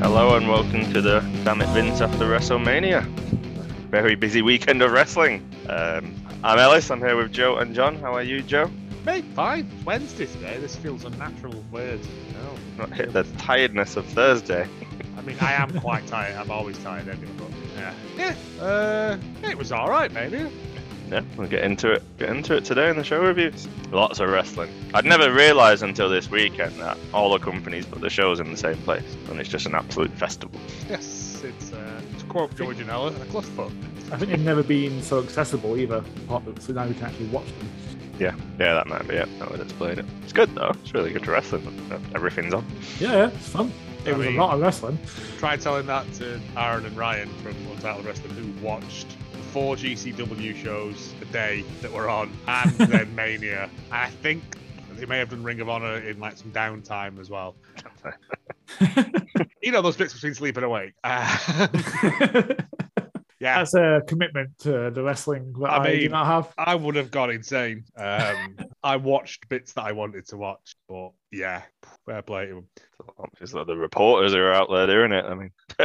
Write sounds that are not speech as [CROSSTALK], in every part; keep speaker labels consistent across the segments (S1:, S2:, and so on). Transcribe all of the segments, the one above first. S1: Hello and welcome to the Damn It Vince after WrestleMania. Very busy weekend of wrestling. Um, I'm Ellis. I'm here with Joe and John. How are you, Joe?
S2: Mate, fine. It's Wednesday today. This feels unnatural, weird. No.
S1: Not hit the tiredness of Thursday.
S2: I mean, I am
S3: [LAUGHS]
S2: quite tired. I'm always tired anyway. But yeah, yeah. Uh, it was all right, maybe.
S1: Yeah, we'll get into it. Get into it today in the show reviews. Lots of wrestling. I'd never realised until this weekend that all the companies put the shows in the same place, and it's just an absolute festival.
S2: Yes, it's uh, to quote George and Ella, a clusterfuck.
S3: I think they've never been so accessible either, apart from- so now we can actually watch them.
S1: Yeah, yeah, that might be it. That would explain it. It's good though. It's really good wrestling. Everything's on.
S3: Yeah, yeah it's fun. It
S2: I
S3: was
S2: mean-
S3: a lot of [LAUGHS] wrestling.
S2: Try telling that to Aaron and Ryan from Untitled Wrestling, who watched four GCW shows a day that were on,
S3: [LAUGHS]
S2: and then Mania. And I think they may have done Ring of Honor in like some downtime as
S3: [LAUGHS]
S2: well. you know those bits between sleep and
S3: [LAUGHS]
S2: awake. Uh, yeah,
S3: That's a commitment to the wrestling that
S2: I
S3: I, do
S2: mean-
S3: not have.
S2: I would have gone insane.
S1: [LAUGHS]
S2: Um, I watched bits that I wanted to watch, but yeah, fair play to 'em.
S1: It's like the reporters are out there doing it. I mean, [LAUGHS]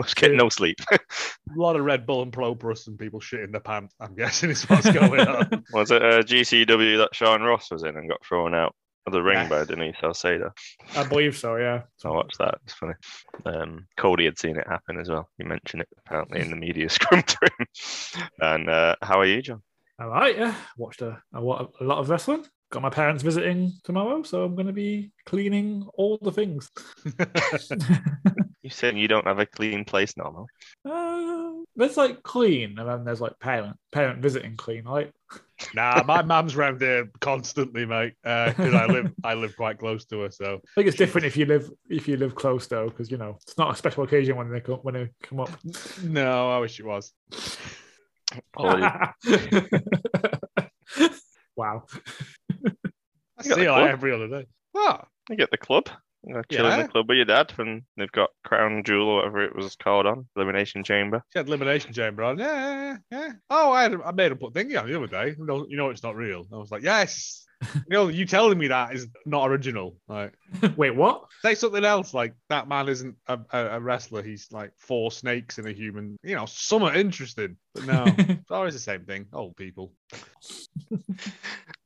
S1: let's get no sleep. [LAUGHS]
S2: A lot of Red Bull and Probus and people shitting their pants. I'm [LAUGHS] guessing is what's
S1: [LAUGHS]
S2: going on.
S1: Was it uh, GCW that Sean Ross was in and got thrown out of the ring
S2: Yes.
S1: by Denise Alcedo?
S3: I believe so, yeah.
S1: I watched that. It's funny. Um, Cody had seen it happen as well. He mentioned it apparently
S2: [LAUGHS]
S1: in the media [LAUGHS] scrum to him. And uh, how are you, John?
S3: All right, yeah. Watched a, a, lot, a lot of wrestling. Got my parents visiting tomorrow, so I'm going to be cleaning all the things.
S1: You saying you don't have a clean place normally?
S3: Uh, there's like clean, and then there's like parent parent visiting clean. Like,
S2: nah, my mum's round here constantly, mate. Because I live, I live quite close to her, so
S3: I think it's different if you live if you live close though, because you know it's not a special occasion when they come when they come up.
S2: no, I wish it was.
S1: Or you-
S3: [LAUGHS] wow.
S2: I
S1: You got
S2: see
S1: the
S2: her like
S1: club.
S2: every other day. What?
S1: you get the club. You know, chill in
S2: Yeah.
S1: the club with your dad, and they've got Crown Jewel or whatever it was called on Elimination Chamber.
S2: She had elimination chamber on. Yeah, yeah, yeah, yeah. Oh, I, had, I made her put thingy on the other day. You know, you know it's not real. I was
S1: [LAUGHS]
S2: like, yes. you know, you telling me that is not original. Like,
S3: Wait, what?
S2: say something else. Like that man isn't a, a, a wrestler. He's like four snakes in a human. You know, somewhat interesting. But
S3: [LAUGHS]
S2: no, it's always the same thing. Old people.
S1: All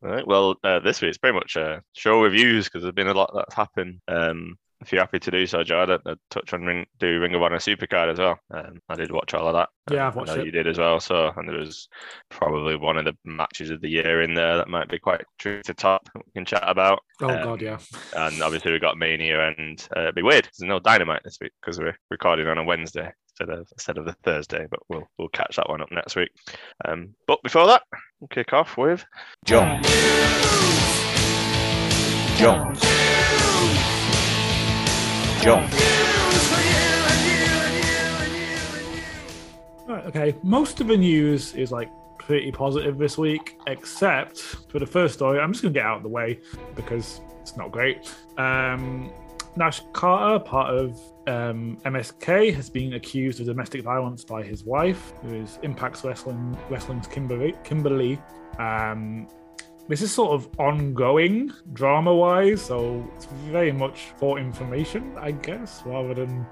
S1: right. Well, uh, this week's pretty much uh, show reviews because there's been a lot that's happened. Um, if you're happy to do so, Joe, I'd, I'd touch on ring, do Ring of Honor Supercard as well. Um, I did watch all of that.
S3: Yeah,
S1: Um,
S3: I've watched
S1: I know
S3: it.
S1: You did as well. So, and there was probably one of the matches of the year in there that might be quite true to top. We can chat about.
S3: Oh
S1: Um,
S3: god, yeah.
S1: And obviously, we got Mania, and uh, it'd be weird. 'cause There's no Dynamite this week because we're recording on a Wednesday instead of instead of the Thursday. But we'll we'll catch that one up next week. Um, but before that, we'll kick off with
S4: Jones. Jones. Jones.
S3: Right, okay. Most of the news is like pretty positive this week, except for the first story. I'm just gonna get out of the way because it's not great. Um, Nash Carter, part of um, MSK, has been accused of domestic violence by his wife, who is Impact's wrestling wrestling's Kimberly. Kimberly. Um, this is sort of ongoing drama-wise, so it's very much for information, I guess, rather than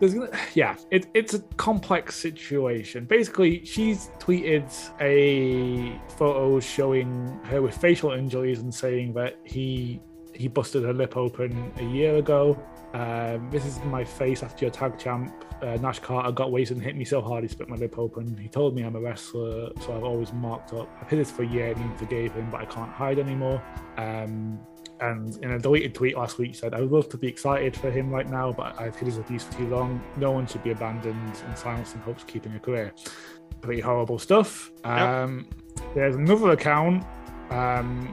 S3: there's gonna, [SIGHS] yeah, it, it's a complex situation. Basically, she's tweeted a photo showing her with facial injuries and saying that he he busted her lip open a year ago. Um, this is my face after your tag champ. Uh, Nash Carter got wasted and hit me so hard he split my lip open. He told me I'm a wrestler, so I've always marked up. I've hit this for a year and even forgave him, but I can't hide anymore. Um, and in a deleted tweet last week, she said, I would love to be excited for him right now, but I've hid his abuse for too long. No one should be abandoned and silenced in hopes of keeping a career. Pretty horrible stuff. Um, There's another account um,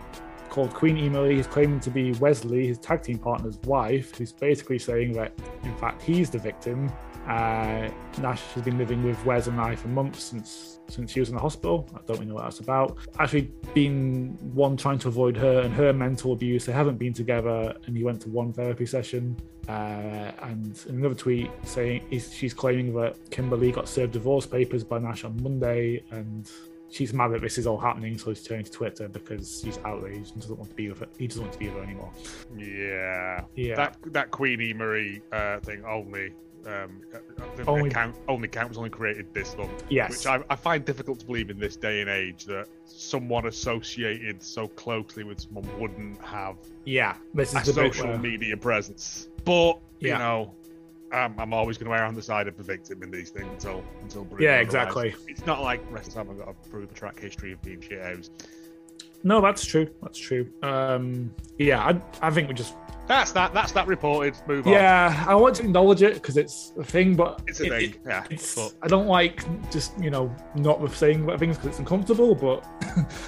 S3: called Queen Emily. He's claiming to be Wesley, his tag team partner's wife, who's basically saying that, in fact, he's the victim. Uh, Nash has been living with Wes and I for months since since she was in the hospital. I don't really know what that's about. Actually, been one trying to avoid her and her mental abuse. They haven't been together, and he went to one therapy session. Uh, and in another tweet saying he's, she's claiming that Kimberly got served divorce papers by Nash on Monday, and she's mad that this is all happening, so she's turning to Twitter because she's outraged and doesn't want to be with her. He doesn't want to be with her anymore.
S2: Yeah.
S3: Yeah,
S2: That that Queenie Marie uh, thing only. Um, the
S3: Only-
S2: account, only account was only created this month,
S3: yes,
S2: which I, I find difficult to believe in this day and age that someone associated so closely with someone wouldn't have
S3: yeah. This
S2: a
S3: is the bit
S2: social
S3: where,
S2: media presence. But you
S3: Yeah.
S2: know, I'm, I'm always going to err on the side of the victim in these things until until proven
S3: Yeah,
S2: otherwise.
S3: exactly.
S2: It's not like rest of the time I've got a prove a track history of being shithoused.
S3: No, that's true. That's true. Um, yeah, I, I think we just
S2: That's that. That's that reported. Move on.
S3: yeah. I want to acknowledge it because it's a thing, but
S2: it's a
S3: it-
S2: thing.
S3: it-
S2: yeah,
S3: it's,
S2: but
S3: I don't like just you know not saying about things because it's uncomfortable, but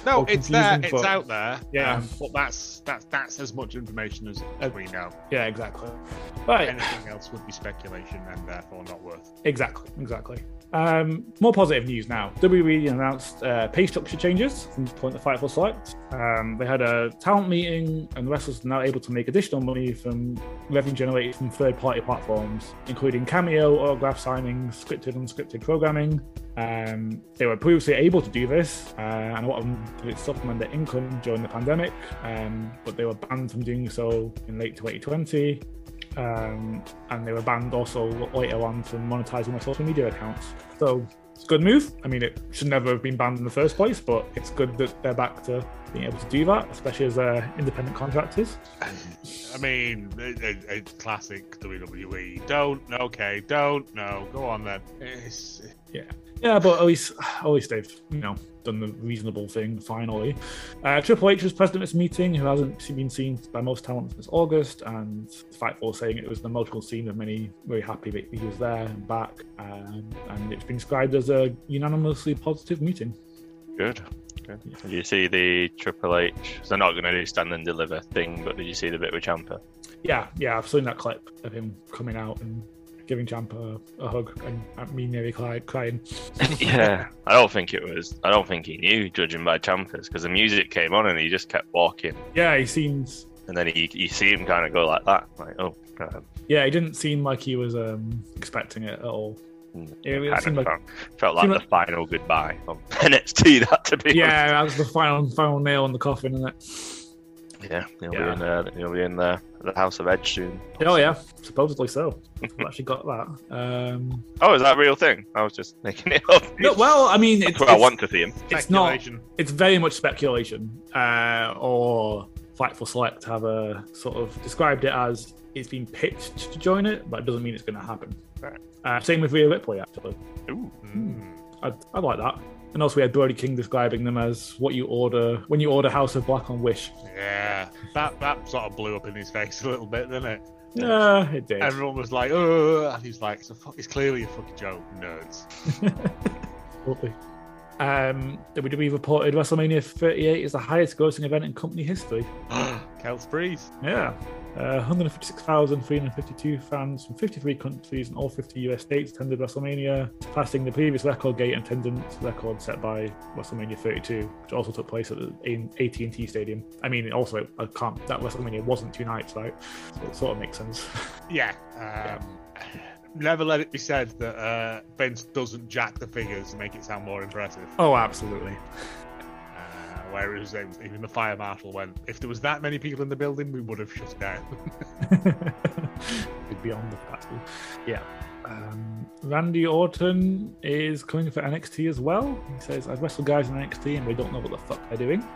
S2: no,
S3: or
S2: it's there.
S3: confusing,
S2: It's
S3: but-
S2: out there.
S3: Yeah.
S2: um, but that's that's that's as much information as, as we know.
S3: yeah, exactly. Right,
S2: Anything else would be speculation and therefore not worth.
S3: Exactly, exactly. Um, more positive news now. WWE announced uh, pay structure changes from the point of Fightful Select. Um, they had a talent meeting, and wrestlers are now able to make additional money from revenue generated from third party platforms, including cameo, autograph signings, scripted and unscripted programming. Um, they were previously able to do this, uh, and a lot of them did it supplement their income during the pandemic, um, but they were banned from doing so in late 2020 um, and they were banned also later on from monetizing their social media accounts. So it's a good move. I mean, it should never have been banned in the first place, but it's good that they're back to being able to do that, especially as uh, independent contractors.
S2: I mean, it, it, it's classic WWE. Don't okay. Don't no. Go on then. It's,
S3: Yeah, but at least, at least they've you know done the reasonable thing finally. Uh, Triple H was president of this meeting, who hasn't been seen by most talent since August, and Fightful saying it was an emotional scene of many very happy that he was there and back, um, and it's been described as a unanimously positive meeting.
S1: Good. Good. Did you see the Triple H? They're not going to do stand and deliver thing, but did you see the bit with Champa?
S3: Yeah, yeah, I've seen that clip of him coming out and giving Champa a hug and at me nearly cry, crying.
S1: yeah, I don't think it was. I don't think he knew, judging by Champa's, because the music came on and he just kept walking,
S3: Yeah, he seems.
S1: and then he, you see him kind of go like that, like oh, um,
S3: Yeah, he didn't seem like he was um, expecting it
S1: [LAUGHS]
S3: at all. It, it
S1: kind
S3: seemed
S1: of
S3: like.
S1: mm, felt, felt like
S3: seemed
S1: the final goodbye on [LAUGHS] NXT. That to be
S3: Yeah, that was the final final nail in the coffin, isn't it?
S1: honest. yeah, he'll
S3: Yeah.
S1: be in there. He'll be in there. The House of Edge soon.
S3: Oh yeah, supposedly so. I've actually got that. Um,
S1: Oh, is that a real thing? I was just making it up. [LAUGHS]
S3: no, well, I mean, it's,
S1: That's what I
S3: it's-
S1: want to see him.
S3: it's not
S2: speculation.
S3: it's very much speculation, uh, or Fightful Select have uh sort of described it as it's been pitched to join it, but it doesn't mean it's going to happen.
S1: Right.
S3: Uh, same with Rhea Ripley, actually.
S1: Ooh,
S2: Mm.
S3: I, I like that. And also, we had Brody King describing them as what you order when you order House of Black on Wish.
S2: Yeah, that that sort of blew up in his face a little bit, didn't it?
S3: Yeah, it did.
S2: Everyone was like, "Oh," and he's like, "It's, a fuck, it's clearly a fucking joke, [GASPS] nerds."
S3: Absolutely. Um, WWE reported WrestleMania 38 is the highest grossing event in company history.
S2: Kels Breeze.
S3: Yeah. Uh, 156,352 fans from 53 countries and all 50 US states attended WrestleMania, surpassing the previous record gate attendance record set by WrestleMania 32, which also took place at the in AT&T Stadium. I mean, also, I can't. That WrestleMania wasn't two nights, right? So it sort of makes sense. [LAUGHS]
S2: Yeah. Um, Never let it be said that uh, Vince doesn't jack the figures to make it sound more impressive. [LAUGHS]
S3: Oh, absolutely.
S2: Uh, whereas um, even the fire marshal went, if there was that many people in the building, we would have shut it down. [LAUGHS]
S3: Beyond the battle. Yeah. Um, Randy Orton is coming for NXT as well. He says, I've wrestled guys in NXT and they don't know what the fuck they're doing.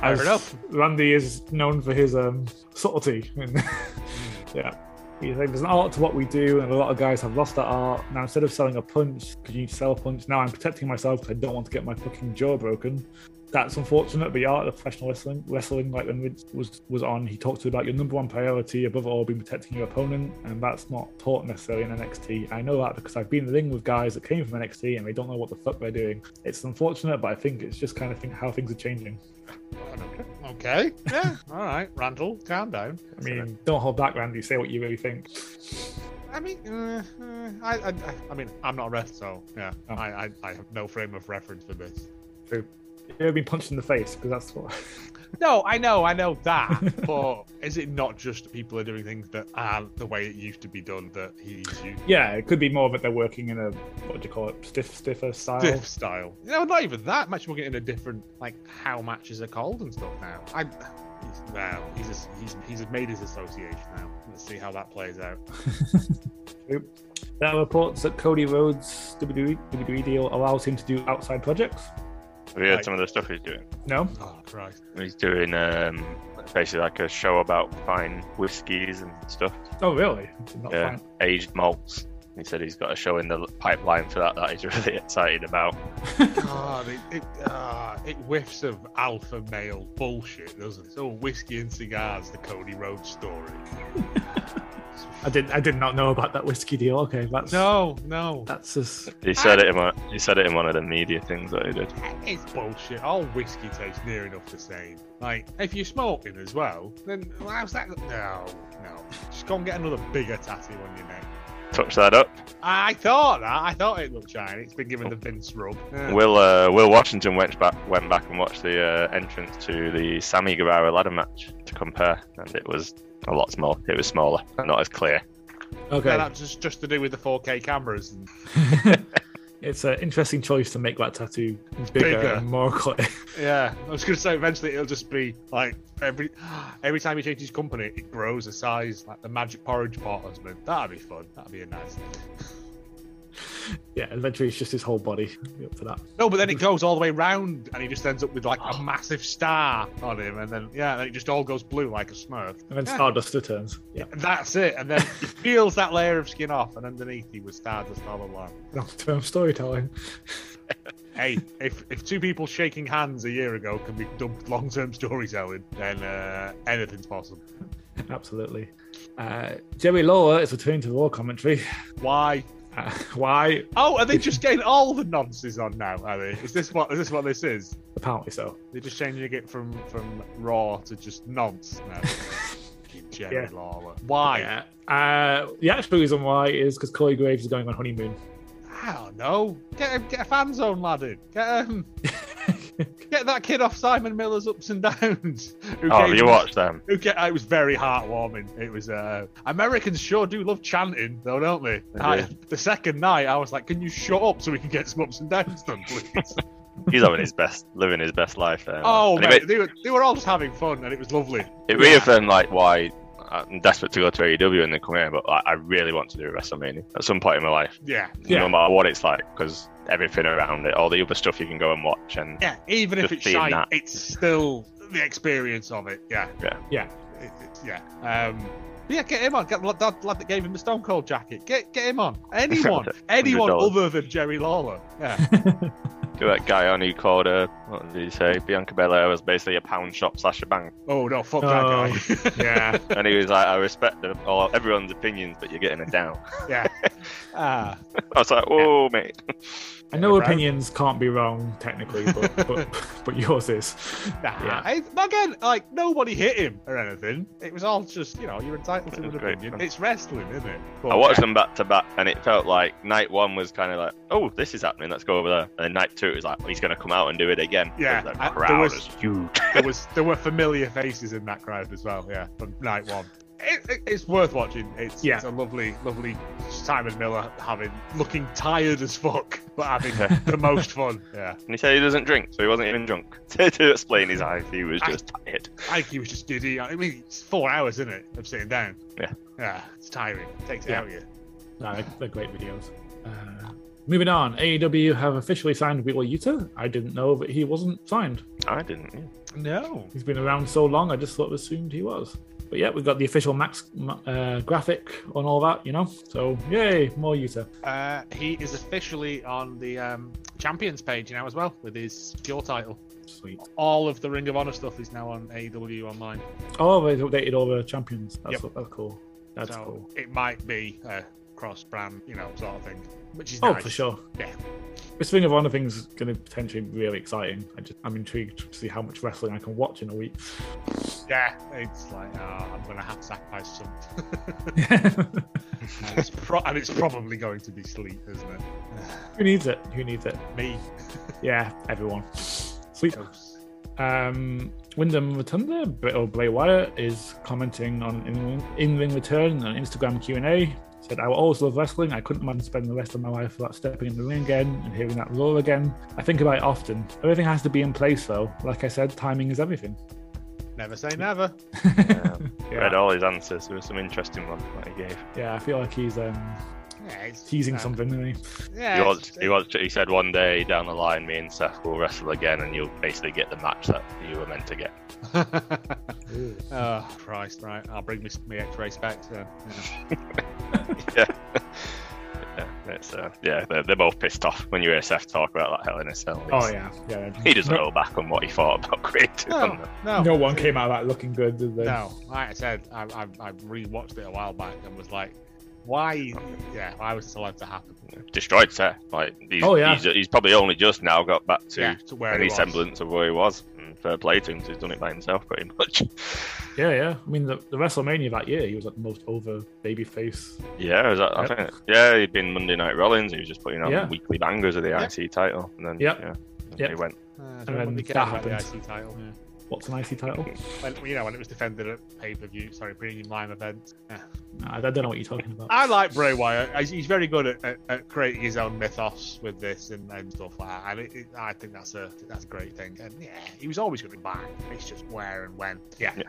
S2: Fair enough.
S3: Randy is known for his um, subtlety. [LAUGHS] yeah. You think there's an art to what we do, and a lot of guys have lost that art. Now, instead of selling a punch, because you need to sell a punch, now I'm protecting myself because I don't want to get my fucking jaw broken. That's unfortunate, but the art of professional wrestling, wrestling like when Vince was, was on, he talked about your number one priority above all being protecting your opponent, and that's not taught necessarily in NXT. I know that because I've been in the ring with guys that came from NXT and they don't know what the fuck they're doing. It's unfortunate, but I think it's just kind of thing, how things are changing.
S2: [LAUGHS] okay. Yeah. All right. Randall, calm down.
S3: I mean, don't hold back, Randy. Say what you really think.
S2: I mean, uh, uh, I, I, I mean, I'm not a ref, so yeah,
S3: Oh.
S2: I, I, I have no frame of reference for this.
S3: True. You've been punched in the face because that's what. [LAUGHS]
S2: No, I know, I know that. [LAUGHS] but is it not just people are doing things that aren't the way it used to be done that he's used
S3: Yeah, it could be more that they're working in a what do you call it, stiff, stiffer style.
S2: Diff style. No, not even that. Matchmaking in a different, like how matches are called and stuff now. I, he's, well, he's just, he's he's made his association now. Let's see how that plays out.
S3: There are reports that Cody Rhodes' E, WWE, WWE deal allows him to do outside projects.
S1: Have you heard
S2: Like-
S1: some of the stuff he's doing?
S3: No,
S2: Oh Christ!
S1: He's doing um, basically like a show about fine whiskies and stuff,
S3: oh really? It's not
S1: Yeah.
S3: fine.
S1: aged malts. He said he's got a show in the pipeline for that that he's [LAUGHS] really excited about.
S2: God, it it, uh, it whiffs of alpha male bullshit, doesn't it? It's all whiskey and cigars, the Cody Rhodes story.
S3: [LAUGHS] I did. I did not know about that whiskey deal. Okay, that's
S2: No, no,
S3: That's just
S1: He said it in one, he said it in one of the media things that he did.
S2: It's bullshit. All whiskey tastes near enough the same. Like, if you're smoking as well, then how's that? No, no. Just go and get another bigger tattoo on your neck.
S1: Touch that up.
S2: I thought that. I thought it looked shiny. It's been given the Vince rub. Yeah.
S1: Will uh, Will Washington went back went back and watched the uh, entrance to the Sammy Guevara ladder match to compare, and it was a lot smaller. It was smaller and not as clear.
S2: Yeah,
S3: okay.
S2: that's just, just to do with the 4K cameras. And
S3: [LAUGHS] it's an interesting choice to make that tattoo bigger,
S2: Bigger.
S3: and more [LAUGHS] clear.
S2: yeah, I was going to say eventually it'll just be like every every time he changes company, it grows a size like the Magic Porridge Pot or something. That'd be fun. That'd be a nice.
S3: yeah, eventually it's just his whole body Be up for that.
S2: No, but then it goes all the way round, and he just ends up with like a massive star on him, and then yeah, then it just all goes blue like a smurf.
S3: And then
S2: Yeah.
S3: Stardust returns. Yeah, [LAUGHS]
S2: And that's it, and then he peels that layer of skin off, and underneath he was Stardust all along.
S3: long-term storytelling.
S2: Hey, if if two people shaking hands a year ago can be dubbed long-term storytelling, then uh, anything's possible.
S3: Absolutely. Uh, Jerry Lawler is returning to Raw commentary.
S2: Why?
S3: Uh, [LAUGHS] why?
S2: Oh, are they just getting all the nonsense on now? Are they? Is this what is this what this is?
S3: Apparently so.
S2: They're just changing it from from raw to just nonce now. Jerry
S3: Yeah.
S2: Lawler. Why?
S3: Yeah. Uh, the actual reason why is because Corey Graves is going on honeymoon.
S2: I don't know. Get a, get a fan zone lad in. Get um, get that kid off Simon Miller's ups and downs. [LAUGHS] Who
S1: Oh,
S2: gave
S1: have you
S2: us-
S1: watched them?
S2: Who get, it was very heartwarming. It was uh, Americans sure do love chanting, though, don't they?
S1: They
S2: I-
S1: do.
S2: the second night, I was like, "Can you shut up so we can get some ups and downs done, please?"
S1: He's having his best, living his best life there.
S2: oh,
S1: And it
S2: mate, they were they were all just having fun, and it was lovely.
S1: It reaffirmed like why I'm desperate to E go to AEW and then come here, but like, I really want to do WrestleMania at some point in my life,
S2: Yeah,
S3: Yeah.
S1: no matter what it's like, because everything around it, all the other stuff you can go and watch, and
S2: yeah. Even if
S1: Just
S2: it's
S1: seeing
S2: shite,
S1: that.
S2: it's still the experience of it. Yeah.
S3: Yeah.
S2: It- it- yeah. Um, yeah, get him on. Get the lad, lad that gave him the Stone Cold jacket. Get get
S1: [LAUGHS]
S2: him on. Anyone, anyone
S1: $100.
S2: other than Jerry Lawler. [LAUGHS] Yeah.
S1: do that guy on who called her. What did he say? Bianca Belair was basically a pound shop slash a
S2: [LAUGHS]
S1: bank,
S2: Oh no, fuck
S3: Oh.
S2: that guy.
S3: Yeah.
S1: and he was like, "I respect them, all, everyone's opinions, but you're getting it down."
S2: [LAUGHS] Ah,
S1: I was like, "Whoa, mate!"
S3: I know
S2: Right.
S3: opinions can't be wrong technically, but but, but [LAUGHS] yours is.
S2: nah.
S3: Yeah.
S2: I- but again, like nobody hit him or anything. It was all just you know you're entitled to
S1: It was
S2: an
S1: great
S2: opinion.
S1: fun.
S2: It's wrestling, isn't it?
S1: I watched them back to back, and it felt like night one was kind of like, "Oh, this is happening, let's go over there," and then night two it was like, well, "He's going to come out and do it again."
S2: Yeah,
S1: the
S2: I- there
S1: crowd
S2: was-
S1: was huge.
S2: There was there were familiar faces in that crowd as well. Yeah, from night one. It, it, it's worth watching. It's,
S3: Yeah.
S2: it's a lovely, lovely Simon Miller having looking tired as fuck, but having the most fun. Yeah.
S1: And he said he doesn't drink, so he wasn't even drunk. [LAUGHS] to explain his eyes, he was
S2: I-
S3: [LAUGHS]
S1: just tired.
S2: I think he was just giddy. I mean, it's four hours, isn't it, of sitting down?
S1: Yeah.
S2: Yeah, it's tiring. It takes it
S3: Yeah.
S2: out of you.
S3: No, they're, they're great videos. Uh, moving on, AEW have officially signed Wheeler Yuta. I didn't know that he wasn't signed.
S1: I didn't. yeah.
S2: No.
S3: He's been around so long, I just sort of assumed he was. But yeah, we've got the official Max ma- uh, graphic on all that, you know. So yay, more Yuta.
S2: Uh, he is officially on the um, champions page now as well with his pure title.
S3: Sweet.
S2: All of the Ring of Honor stuff is now on AEW online.
S3: Oh, they updated all the champions. That's,
S2: Yep.
S3: what- that's cool. That's
S2: so
S3: cool.
S2: It might be a cross brand, you know, sort of thing, which is
S3: Oh,
S2: nice.
S3: for sure.
S2: Yeah.
S3: This Ring of Honor thing's going to potentially be really exciting. I just, I'm intrigued to see how much wrestling I can watch in a week.
S2: Yeah, it's like oh, I'm gonna have to sacrifice something, and, it's pro- and it's probably going to be sleep, isn't it?
S3: Who needs it? Who needs it?
S2: Me,
S3: Yeah, everyone. Sleep.
S2: Oops.
S3: Um, Wyndham Rotunda Br- or Bray Wyatt is commenting on in ring, in ring return on Instagram Q and A. Said, "I will always love wrestling. I couldn't imagine spending the rest of my life without stepping in the ring again and hearing that roar again. I think about it often. Everything has to be in place, though. Like I said, timing is everything."
S2: Never say never.
S1: Um, Read
S3: yeah,
S1: all his answers. There was some interesting ones that he gave.
S3: yeah, I feel like he's um,
S2: Yeah, it's-
S3: teasing
S2: uh,
S3: something. Really.
S2: Yeah,
S1: He
S2: it's-
S1: wants, he wants. He said one day down the line, me and Seth will wrestle again, and you'll basically get the match that you were meant to get.
S2: [LAUGHS] oh Christ! Right, I'll bring me my X-ray specs. Then. Yeah.
S1: yeah, yeah. It's, uh, yeah. They're, they're both pissed off when you hear Seth talk about that Hell in a Cell.
S3: Oh
S1: He's-
S3: yeah, yeah.
S1: He doesn't
S3: No,
S1: know back on what he thought about [LAUGHS] creating. on
S2: No,
S1: them.
S2: no,
S3: no one came out of that looking good, did they?
S2: No, like I said, I, I, I rewatched it a while back and was like, why? Yeah, why was this allowed to happen?
S1: Destroyed Seth. Like he's,
S3: Oh, yeah.
S1: he's, he's probably only just now got back to
S2: yeah, to where
S1: any
S2: he was.
S1: semblance of where he was. And fair play to him, 'cause he's done it by himself pretty [LAUGHS] much.
S3: Yeah, yeah. I mean, the, the WrestleMania that year, he was like the most over babyface.
S1: Yeah, is that, I
S3: Yep.
S1: think. Yeah, he'd been Monday Night Rollins. He was just putting on
S3: Yeah.
S1: weekly bangers of the
S2: Yep.
S1: IC title, and then
S3: Yep.
S1: yeah, and
S3: Yep.
S1: he went.
S2: Uh,
S3: And then
S2: they
S3: that
S2: cared about the
S3: happened.
S2: IC title. Yeah.
S3: What's an icy title?
S2: When, you know, when it was defended at pay-per-view, sorry, premium live event. Yeah.
S3: I, I don't know what you're talking about.
S2: I like Bray Wyatt. He's- He's very good at, at, at creating his own mythos with this and, and stuff like that. And it, it, I think that's a that's a great thing. And yeah, he was always going to be back. It's just where and when. Yeah.
S1: Yeah.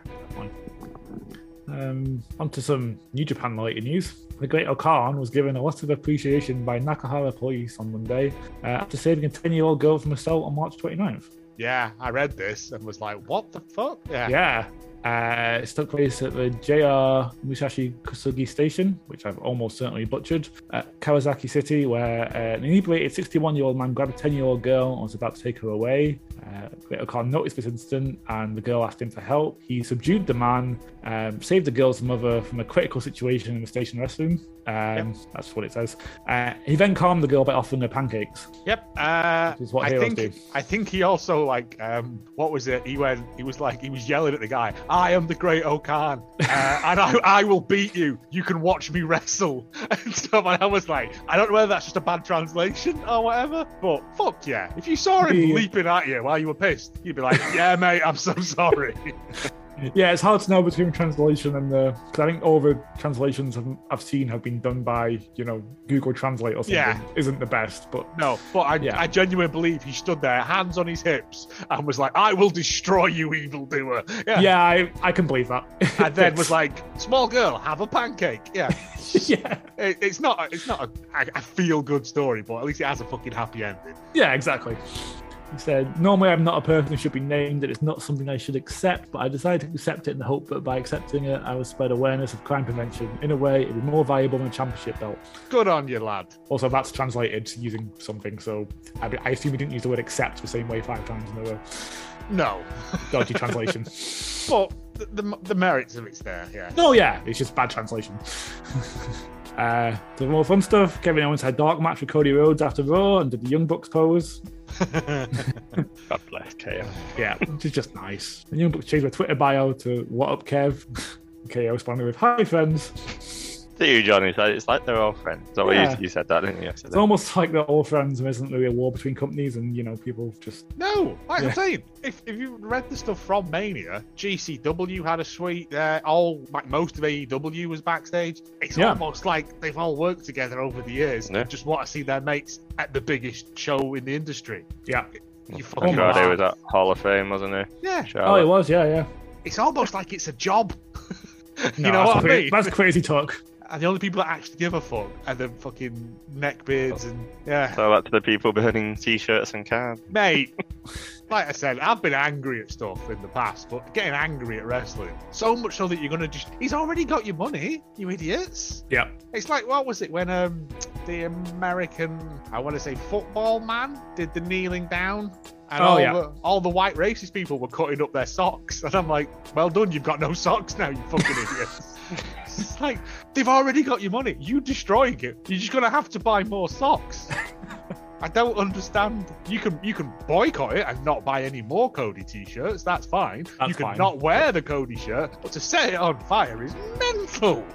S3: Um, onto some New Japan related news. The Great Okan was given a lot of appreciation by Nakahara police on Monday uh, after saving a 10 year old girl from assault on March 29th.
S2: Yeah, I read this and was like, what the fuck? Yeah.
S3: Yeah. Uh, it took place at the JR Musashi Kusugi station, which I've almost certainly butchered, at Kawasaki City, where uh, an inebriated 61 year old man grabbed a 10 year old girl and was about to take her away. Uh, Great Okan noticed this incident and the girl asked him for help. He subdued the man, um, saved the girl's mother from a critical situation in the station restroom. Um, That's what it says. Uh, he then calmed the girl by offering her pancakes.
S2: Yep. Uh,
S3: Which is what
S2: I
S3: heroes
S2: think
S3: do.
S2: I think he also like um, what was it? He went. He was like he was yelling at the guy. I am the great Okan, uh,
S3: [LAUGHS]
S2: and I, I will beat you. You can watch me wrestle [LAUGHS] and stuff. And I was like, I don't know whether that's just a bad translation or whatever, but fuck yeah. If you saw him
S3: Yeah.
S2: leaping at you while you were pissed, you'd be like,
S3: [LAUGHS]
S2: yeah, mate, I'm so sorry.
S3: Yeah, it's hard to know between translation and the. Because I think all the translations I've, I've seen have been done by, you know, Google Translate or something.
S2: Yeah.
S3: Isn't the best, but
S2: no, but I,
S3: Yeah.
S2: I genuinely believe he stood there, hands on his hips, and was like, I will destroy you, evildoer. [LAUGHS]
S3: yeah, I, I can believe that.
S2: and then was like, "Small girl, have a pancake." Yeah,
S3: [LAUGHS] yeah,
S2: it, it's not it's not a, a feel good story, but at least it has a fucking happy ending.
S3: yeah, exactly. He said, normally I'm not a person who should be named, and it's not something I should accept, but I decided to accept it in the hope that by accepting it, I would spread awareness of crime prevention. In a way, it'd be more valuable than a championship belt.
S2: Good on you, lad.
S3: Also, that's translated using something, so I, I assume he didn't use the word accept the same way five times in a row.
S2: No,
S3: [LAUGHS] Dodgy translation.
S2: but the, the, the merits of it's there. Yeah,
S3: No, Oh, yeah, it's just bad translation. [LAUGHS] uh, the more fun stuff. Kevin Owens had dark match with Cody Rhodes after Raw and did the Young Bucks pose. [LAUGHS]
S1: God bless KO.
S3: Yeah, [LAUGHS] which is just nice. The Young Bucks changed their Twitter bio to "What up, Kev." [LAUGHS] KO responded with "Hi, friends."
S1: See you, Johnny. Said it's like they're all friends. Is that what
S3: Yeah.
S1: you, you said that, didn't you? I said
S3: It's almost like they're all friends, and isn't really a war between companies, and you know, people just
S2: no. Like
S3: Yeah.
S2: I'm saying, if, if you read the stuff from Mania, GCW had a suite there. All like most of AEW was backstage. It's
S3: Yeah.
S2: almost like they've all worked together over the years.
S1: Yeah.
S2: And just want to see their mates at the biggest show in the industry.
S3: yeah.
S2: You
S1: that.
S2: fucking
S1: Andrade
S2: laugh.
S1: Oh, was at Hall of Fame, wasn't
S3: [LAUGHS]
S1: he?
S2: Yeah,
S3: Oh, it
S1: Charlotte.
S3: was, yeah, yeah.
S2: it's almost like it's a job. [LAUGHS] you
S3: No,
S2: know
S3: that's
S2: what I
S3: cra-
S2: mean?
S3: That's crazy talk. [LAUGHS]
S2: And the only people that actually give a fuck are the fucking neckbeards and yeah,
S1: [LAUGHS] So that to the people burning t-shirts and cards.
S2: mate. Like I said, I've been angry at stuff in the past, but getting angry at wrestling so much so that you're gonna just—he's already got your money, you idiots.
S3: Yeah.
S2: It's like what was it when um the American—I want to say football man—did the kneeling down, and
S3: Oh,
S2: all,
S3: yeah.
S2: the, all the white racist people were cutting up their socks, and I'm like, well done, you've got no socks now, you
S3: [LAUGHS]
S2: fucking idiots. It's like they've already got your money. You destroying it. You're just gonna have to buy more socks. I don't understand. You can you can boycott it and not buy any more Cody t-shirts. That's fine.
S3: That's
S2: you can
S3: fine.
S2: not wear the Cody shirt, but to set it on fire is mental.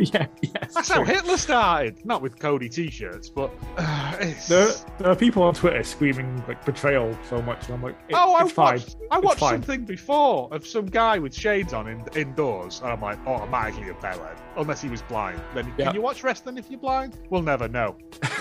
S3: yeah, yes.
S2: That's how Hitler started. Not with Cody t-shirts, but uh, it's,
S3: There, there are people on Twitter screaming like betrayal so much, and I'm like, it-
S2: oh, I
S3: it's
S2: watched,
S3: fine.
S2: I watched
S3: fine.
S2: something before of some guy with shades on in, indoors, and I'm like, automatically a bellhead, unless he was blind. Then
S3: Yeah.
S2: can you watch wrestling if you're blind? We'll never know.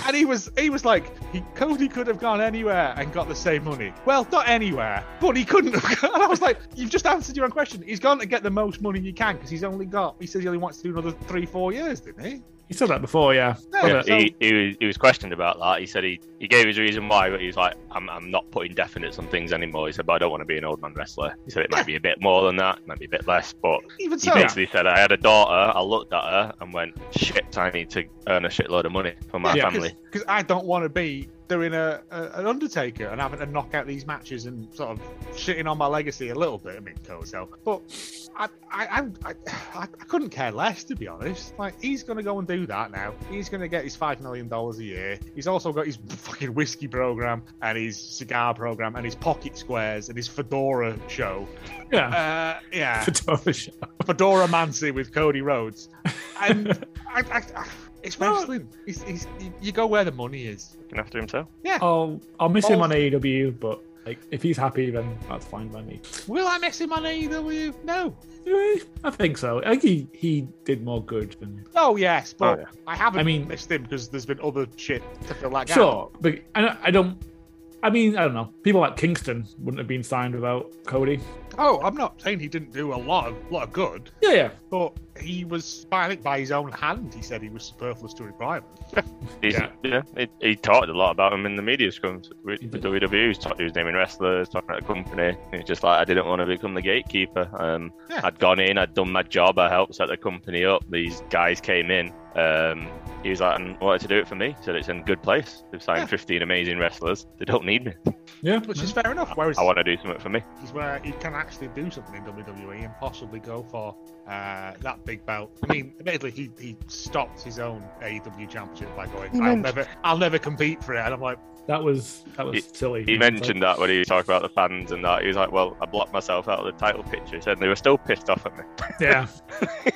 S2: and he was, he was like, he, Cody could have gone anywhere and got the same money. Well, not anywhere, but he couldn't. Have gone. [LAUGHS] And I was like, you've just answered your own question. He's gone to get the most money he can because he's only got. He says he only wants to do another three, four years, didn't he?
S3: He said that before, yeah.
S2: No,
S1: Yeah,
S2: so-
S1: he, he, was, he was questioned about that. He said he, he gave his reason why, but he was like, I'm, I'm not putting definites on things anymore. He said, but I don't want to be an old man wrestler. He said it might be a bit more than that, might be a bit less, but
S2: even
S1: he
S2: so,
S1: basically said, I had a daughter, I looked at her and went, shit, I need to earn a shitload of money for my
S3: Yeah.
S1: family.
S2: Because I don't want to be doing a, a an Undertaker and having to knock out these matches and sort of shitting on my legacy a little bit. I mean, Kozo, but I I, I'm- I [SIGHS] I I couldn't care less to be honest. Like he's gonna go and do that now. He's gonna get his five million dollars a year. He's also got his [LAUGHS] fucking whiskey program and his cigar program and his pocket squares and his fedora show. Uh,
S3: Yeah.
S2: [LAUGHS] yeah,
S3: Fedora show.
S2: fedora Mancy with Cody Rhodes. And
S3: [LAUGHS]
S2: I, I, I, it's
S3: No.
S2: wrestling. It's, it's, you go where the money is.
S1: Looking after himself.
S3: I'll, I'll miss him
S2: All-
S3: on AEW, but like if he's happy, then that's fine by me.
S2: Will I miss him on AEW? No.
S3: Eh, I think so. I think he, he did more good than
S2: Oh yes, but
S1: Oh, yeah.
S2: I haven't
S3: I mean-
S2: missed him because there's been other shit to fill that gap.
S3: sure. But I don't, I don't. I mean, I don't know. People like Kingston wouldn't have been signed without Cody.
S2: Oh, I'm not saying he didn't do a lot of lot of good,
S3: Yeah, yeah.
S2: but he was I think by his own hand he said he was superfluous to requirement.
S1: He's,
S3: Yeah.
S1: yeah. he, he talked a lot about him in the media scrums. with
S3: He
S1: The E.
S3: did.
S1: WWE was talking to his name in wrestlers, talking about the company. He's just like, I didn't want to become the gatekeeper. Um,
S2: Yeah.
S1: I'd gone in, I'd done my job, I helped set the company up. These guys came in. Um, he was like, and wanted to do it for me. He said it's in good place. They've signed
S2: Yeah.
S1: 15 amazing wrestlers. They don't need me.
S3: Yeah.
S2: Which is fair enough. Whereas
S1: I want to do something for me.
S2: he's where he can actually do something in WWE and possibly go for uh, that big belt. I mean, admittedly, he, he stopped his own AEW championship by going, "I'll never, I'll never compete for it," and I'm like,
S3: That was that was silly.
S1: He mentioned that when he was talking about the fans and that. He was like, Well, I blocked myself out of the title picture. He said they were still pissed off at me. [LAUGHS]
S3: Yeah.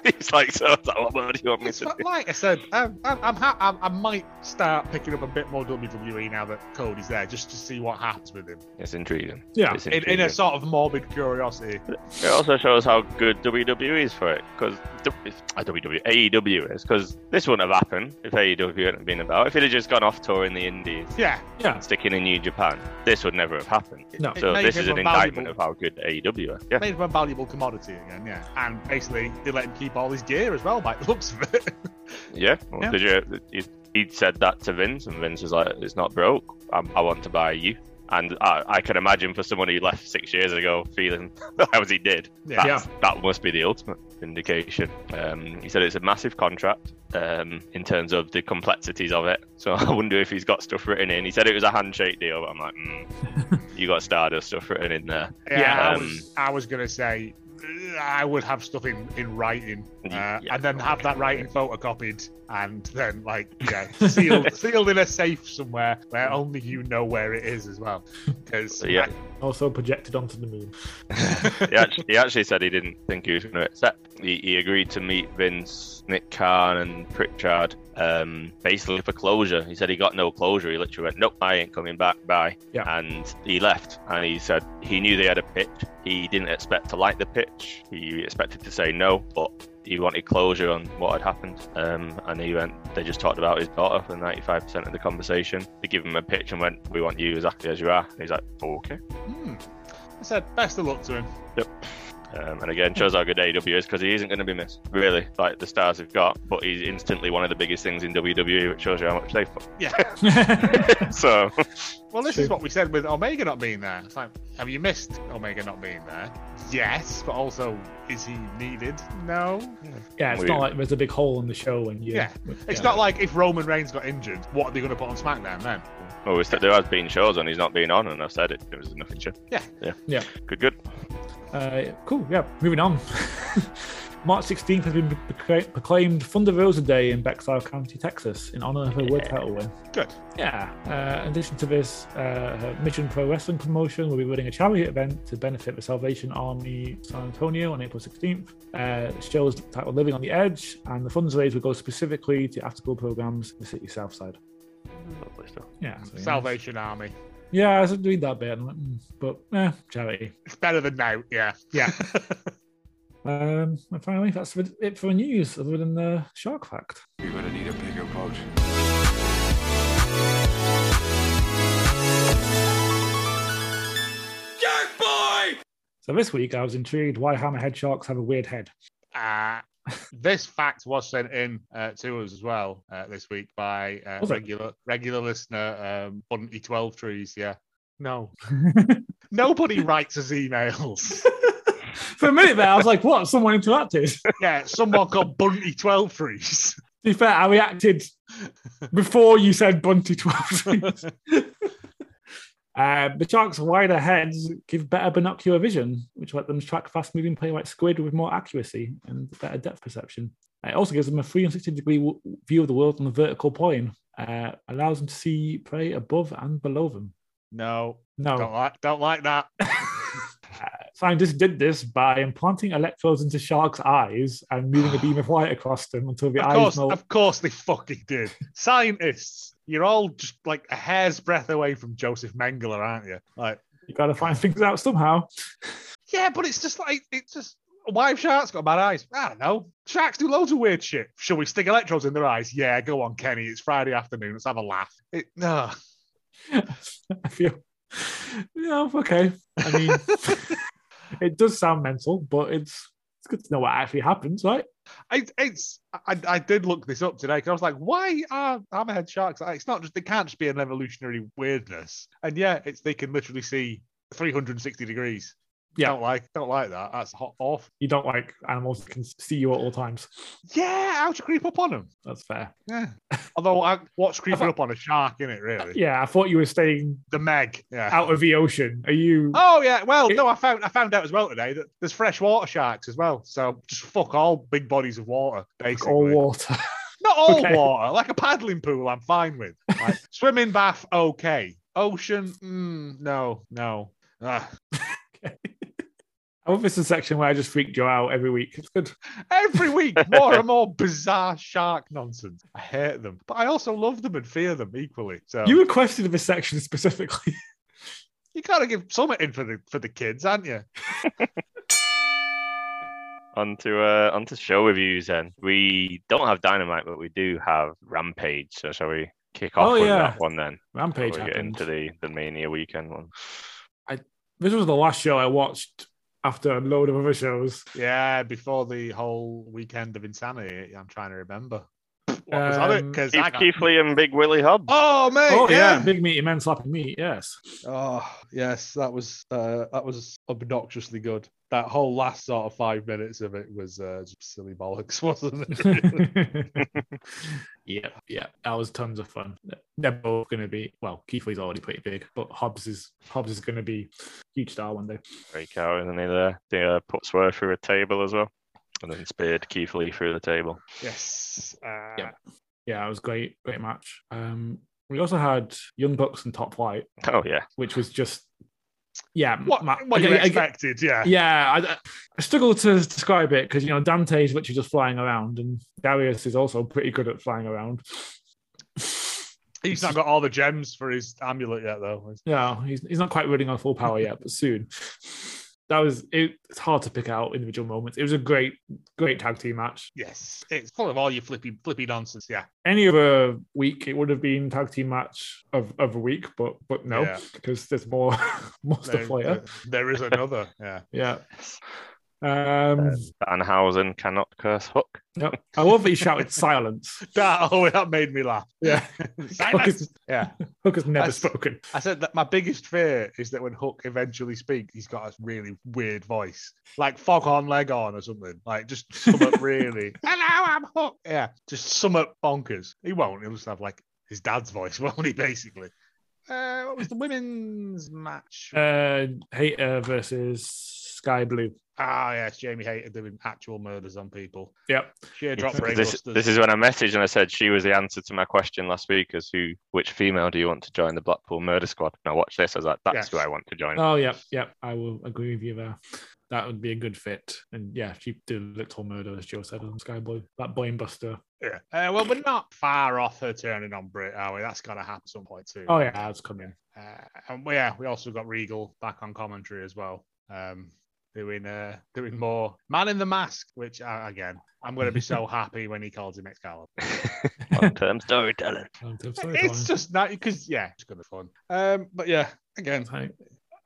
S1: He's like, So I was like, What more do you want me
S2: [LAUGHS] It's
S1: to do?
S2: like, like I said, um, I'm, I'm, ha- I'm, I might start picking up a bit more WWE now that Cody's there, just to see what happens with him.
S1: It's intriguing.
S3: Yeah.
S1: It's
S2: In, in a
S1: intriguing.
S2: sort of morbid curiosity.
S1: It also shows how good WWE is for it, because WWE AEW E is, because this wouldn't have happened if AEW hadn't been about. If it had just gone off tour in the Indies,
S2: Yeah,
S3: Yeah.
S1: sticking in New Japan, this would never have happened.
S2: it,
S3: No.
S2: it
S1: so
S2: made
S1: this is
S2: him
S1: an
S2: a
S1: indictment
S2: valuable-
S1: of how good AEW. Are. Yeah,
S2: Made him a valuable commodity again, yeah. And basically, they let him keep all his gear as well, by the looks of it. [LAUGHS]
S1: yeah. Well,
S2: Yeah.
S1: Did you, he, he said that to Vince, and Vince was like, "It's not broke. i I want to buy you." And I, I can imagine for someone who left six years ago feeling [LAUGHS] how he did,
S2: yeah.
S1: That's, That must be the ultimate vindication. Um, he said it's a massive contract um, in terms of the complexities of it. So [LAUGHS] I wonder if he's got stuff written in. He said it was a handshake deal, but I'm like, mm, you got Stardust stuff written in there.
S2: Yeah,
S3: Yeah,
S2: I
S1: um,
S2: was, I was gonna say uh, I would have stuff in in writing, uh,
S1: Yeah,
S2: and then have that
S1: okay.
S2: writing photocopied, and then like
S1: [LAUGHS]
S2: yeah, sealed sealed in a safe somewhere where only you know where it is as well, because
S1: Yeah.
S3: Also projected onto the moon. [LAUGHS]
S1: He actually, he actually said he didn't think he was going to accept. He, he agreed to meet Vince, Nick Khan, and Pritchard um, basically for closure. He said he got no closure. He literally went, "Nope, I ain't coming back." Bye.
S3: Yeah.
S1: And he left. And he said he knew they had a pitch. He didn't expect to like the pitch. He expected to say no, but he wanted closure on what had happened. Um, and he went. They just talked about his daughter for ninety-five percent of the conversation. They give him a pitch and went, "We want you exactly as you are." And he's like, "Okay."
S2: hmm. I said best of luck to him. [LAUGHS]
S1: Um, and again, shows how good AEW is because he isn't going to be missed, really. Like the stars they've got, but he's instantly one of the biggest things in WWE, which shows you how much they fuck. [LAUGHS] So,
S2: Well, this
S3: True.
S2: is what we said with Omega not being there. It's like, have you missed Omega not being there? Yes, but also, is he needed? No.
S3: yeah, it's
S1: Weird.
S3: not like there's a big hole in the show and you
S2: Yeah. It's not like if Roman Reigns got injured, what are they going to put on SmackDown then?
S1: well, we said there has been shows and he's not been on, and I said it. It was nothing. Sure.
S2: Yeah.
S1: yeah,
S3: Yeah.
S1: Good, good.
S3: Uh, cool. Yeah. Moving on. [LAUGHS] March 16th has been procla- proclaimed Thunder Rosa Day in Bexar County, Texas, in honor of her world title win.
S2: Good.
S3: Yeah. Uh, in addition to this, uh, her Mission Pro Wrestling promotion will be running a charity event to benefit the Salvation Army San Antonio on April 16th. Uh, it shows titled Living on the Edge, and the fundraise will go specifically to after school programs in the city south side.
S1: Lovely stuff.
S3: Yeah. so, yeah.
S2: Salvation Army.
S3: Yeah, I was doing that bit, and I'm like, "Mm," but eh, charity.
S2: It's better than now. Yeah.
S3: [LAUGHS]
S2: Yeah.
S3: Um, and finally, that's it for news, other than the shark fact.
S5: You're gonna need a bigger boat.
S3: So this week, I was intrigued why hammerhead sharks have a weird head.
S2: Uh, this fact was sent in uh, to us as well uh, this week by uh,
S3: Was it?
S2: regular regular listener um, Bunty Twelve Trees. Yeah. No.
S3: for
S2: [LAUGHS] Nobody writes us
S3: [LAUGHS]
S2: emails.
S3: a minute there, I was like, "What? Someone interacted." to
S2: yeah, someone called Bunty Twelve Trees.
S3: be fair, I reacted before you said Bunty
S2: [LAUGHS]
S3: Twelve Trees. Uh, the shark's wider heads give better binocular vision, which let them track fast-moving prey like squid with more accuracy and better depth perception. It also gives them a 360-degree w- view of the world on the vertical plane, uh, allows them to see prey above and below them.
S2: No,
S3: No, [LAUGHS]
S2: don't like don't like that.
S3: uh, Scientists did this by implanting electrodes into sharks' eyes and moving a beam of light across them until the
S2: Of
S3: eyes
S2: course,
S3: melt.
S2: of course, they fucking did. Scientists, you're all just like a hair's breadth away from Joseph Mengele, aren't you? Like,
S3: You gotta find things out somehow.
S2: yeah, but it's just like it's just why have sharks got bad eyes? I don't know. Sharks do loads of weird shit. Shall we stick electrodes in their eyes? Yeah, go on, Kenny. It's Friday afternoon. Let's have a laugh. It, no,
S3: I [LAUGHS] feel, yeah, okay. I mean, it does sound mental, but it's it's good to know what actually happens, right?
S2: I, it's I, I did look this up today because I was like, why are hammerhead sharks? like- It's not just they can't just be an evolutionary weirdness. And yeah, it's they can literally see 360 degrees.
S3: Yeah.
S2: don't like don't like that. That's hot off.
S3: You don't like animals that can see you at all times.
S2: Yeah, how to creep up on them.
S3: That's fair.
S2: Yeah. [LAUGHS] Although I what's creeping
S3: thought-
S2: up on a shark, in it really?
S3: [LAUGHS] Yeah, I thought you were staying
S2: The Meg. Yeah.
S3: out of the ocean. Are you?
S2: Oh yeah. Well,
S3: It-
S2: no, I found I found out as well today that there's freshwater sharks as well. So just fuck all big bodies of water,
S3: like
S2: basically.
S3: all water. [LAUGHS]
S2: Not all
S3: Okay.
S2: water, like a paddling pool, I'm fine with.
S3: [LAUGHS]
S2: Like, swimming bath, okay. Ocean, mm, no, no. Ugh.
S3: I hope this is a section where I just freaked you out every week. It's good.
S2: Every week, more and more bizarre shark nonsense. I hate them, but I also love them and fear them equally. So
S3: You
S2: you,
S3: requested this section [LAUGHS] specifically.
S2: gotta give something in for the for the kids, aren't you?
S1: Onto uh, onto show reviews then. We don't have dynamite, but we do have rampage. So shall we kick off
S3: Oh,
S1: with
S3: yeah.
S1: that one then? before
S3: Rampage
S1: we get
S3: happened.
S1: into the the mania weekend one.
S3: this was the last show I watched after a load of other shows.
S2: Yeah, before the whole weekend of insanity, I'm trying to remember what was on it
S3: Um,
S2: because
S1: Keith,
S2: I got.
S1: Keith Lee and Big Willie Hobbs.
S2: Oh mate,
S3: Oh yeah,
S2: yeah.
S3: big meaty men slapping meat. Yes,
S2: Oh yes, that was uh, that was obnoxiously good. That whole last sort of five minutes of it was uh, just silly bollocks, [LAUGHS] wasn't
S3: [LAUGHS]
S2: it? [LAUGHS]
S3: yeah, yeah, that was tons of fun. They're both going to be well. Keith Lee's already pretty big, but Hobbs is Hobbs is going to be a huge star one day.
S1: Break out, isn't he? There, they uh, put Swerve through a table as well, and then speared Keith Lee through the table.
S2: yes. Uh,
S3: Yeah. Yeah, it was great, great match. Um, we also had Young Bucks and Top Flight,
S1: Oh yeah,
S3: which was just yeah.
S2: What,
S3: ma-
S2: what you
S3: I- I- I-
S2: expected? yeah.
S3: yeah, I, I struggle to describe it because you know Dante's literally just flying around, and Darius is also pretty good at flying around. [LAUGHS]
S2: He's not got all the gems for his amulet yet, though.
S3: No, he's he's not quite running on full power yet, but soon. That was it, it's hard to pick out individual moments. It was a great, great tag team match.
S2: Yes, it's full of all your flippy, flippy nonsense. Yeah.
S3: Any other week, it would have been tag team match of, of a week, but but no,
S2: Yeah.
S3: because there's more [LAUGHS] more
S2: There-
S3: stuff later.
S2: there is another. Yeah. [LAUGHS]
S3: Yeah. Um,
S1: Danhausen cannot curse Hook.
S3: no, I love that he shouted [LAUGHS] silence.
S2: That oh, that made me laugh.
S3: Yeah,
S2: Silence. yeah.
S3: Hook has never
S2: That's-
S3: spoken.
S2: I said that my biggest fear is that when Hook eventually speaks, he's got a really weird voice, like Foghorn Leghorn or something. Like just sum up really. Hello, I'm Hook. Yeah, just sum up bonkers. He won't. He'll just have like his dad's voice, [LAUGHS] won't he? Basically. Uh, what was the women's match?
S3: Uh, Hater versus Sky Blue.
S2: Ah, yes, Jamie Hayter doing actual murders on people.
S3: Yep.
S2: Sheardrop
S1: Because
S2: brain
S1: This,
S2: busters.
S1: this is when I messaged and I said she was the answer to my question last week as who which female do you want to join the Blackpool murder squad? And I watched this, I was like, that's
S2: Yes.
S1: who I want to join. [LAUGHS]
S3: Oh, yep, yep. I will agree with you there. That would be a good fit. And yeah, she did Little Murder, as Joe said, on Sky Blue. That Blame Buster.
S2: Yeah. Uh, well, we're not far off her turning on Brit, are we? That's going to happen at some point too.
S3: Oh, yeah, that's coming.
S2: Uh, and we, yeah, we also got Regal back on commentary as well, um, doing uh, doing more Man in the Mask, which uh, again, I'm going to be [LAUGHS] so happy when he calls him Excalibur.
S1: Long term storytelling.
S3: Um, I'm sorry,
S2: It's just that because yeah, it's going to be fun. Um, but yeah, again,
S3: Colin.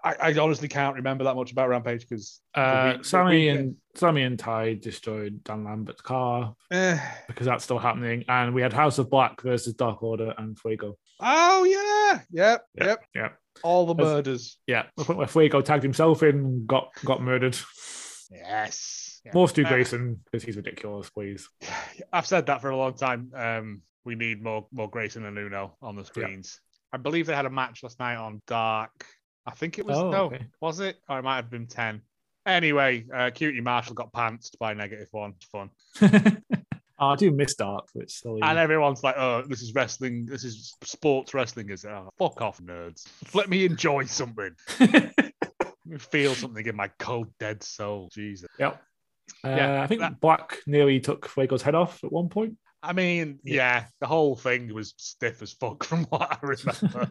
S2: I, I honestly can't remember that much about Rampage because
S3: Uh,
S2: The week- the
S3: Sammy
S2: weekend.
S3: and Sammy and Ty destroyed Dan Lambert's car
S2: eh,
S3: because that's still happening. And we had House of Black versus Dark Order and Fuego.
S2: oh yeah, yep,
S1: Yeah,
S2: yep,
S3: yeah.
S2: all the
S3: That's-
S2: murders.
S3: Yeah, the point where Fuego tagged himself in and got got murdered.
S2: Yes, Yeah.
S3: More Stu
S2: Uh,
S3: Grayson because he's ridiculous, please.
S2: I've said that for a long time. Um, we need more more Grayson and Uno on the screens. I believe they had a match last night on Dark. I think it was
S3: Oh,
S2: no,
S3: okay.
S2: was it? Or it might have been ten. Anyway, uh, Cutie Marshall got pantsed by negative one. It's fun,
S3: Oh, I do miss Dark, but it's silly.
S2: and everyone's like, "Oh, this is wrestling. This is sports wrestling." Is it? Oh, fuck off, nerds. Let me enjoy something. Let me feel something in my cold, dead soul. Jesus.
S3: Yep. Uh,
S2: Yeah,
S3: I think
S2: that-
S3: Black nearly took Fuego's head off at one point.
S2: I mean, yeah. the whole thing was stiff as fuck [LAUGHS] from what I remember.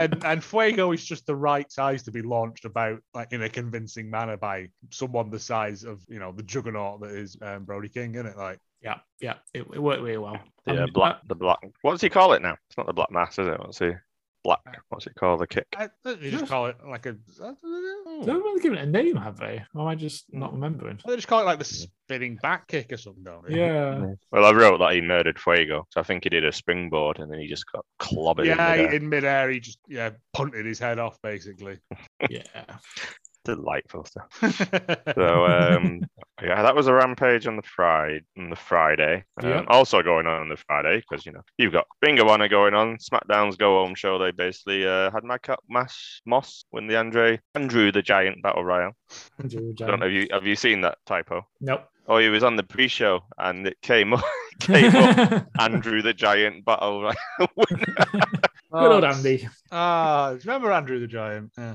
S2: and and Fuego is just the right size to be launched about like in a convincing manner by someone the size of you know the juggernaut that is um, Brody King, isn't it? Like,
S3: Yeah, yeah, it, it worked really well.
S1: The uh,
S3: Um,
S1: black the black what does he call it now? It's not the black mass, is it? What's he black
S2: Uh,
S1: what's it called? The kick.
S2: I, they just call it like a.
S3: uh, They've really given it a name, have they? Or am I just not remembering?
S2: They just call it like the spinning back kick or something, don't
S1: [LAUGHS]
S2: they?
S3: Yeah.
S1: Well I wrote that he murdered Fuego. So I think he did a springboard and then he just got clobbered
S2: Yeah,
S1: in the
S2: in midair, he just yeah punted his head off basically. [LAUGHS]
S3: yeah.
S1: Delightful stuff.
S2: yeah,
S1: So um, yeah, that was a rampage on the Friday. On the Friday, um,
S3: Yeah.
S1: also going on on the Friday because you know you've got Bingo Honor going on. SmackDown's Go Home Show. They basically uh, had Madcap Mash Moss win the Andre Andrew the Giant Battle Royal.
S3: Andrew
S1: I don't know
S3: Giant.
S1: if you have you seen that typo.
S3: Nope.
S1: Oh, he was on the pre-show and it came up [LAUGHS] came up Andrew the Giant Battle Royal.
S3: [LAUGHS] Good old Andy.
S2: Oh, Ah, do you remember Andrew the Giant? Yeah.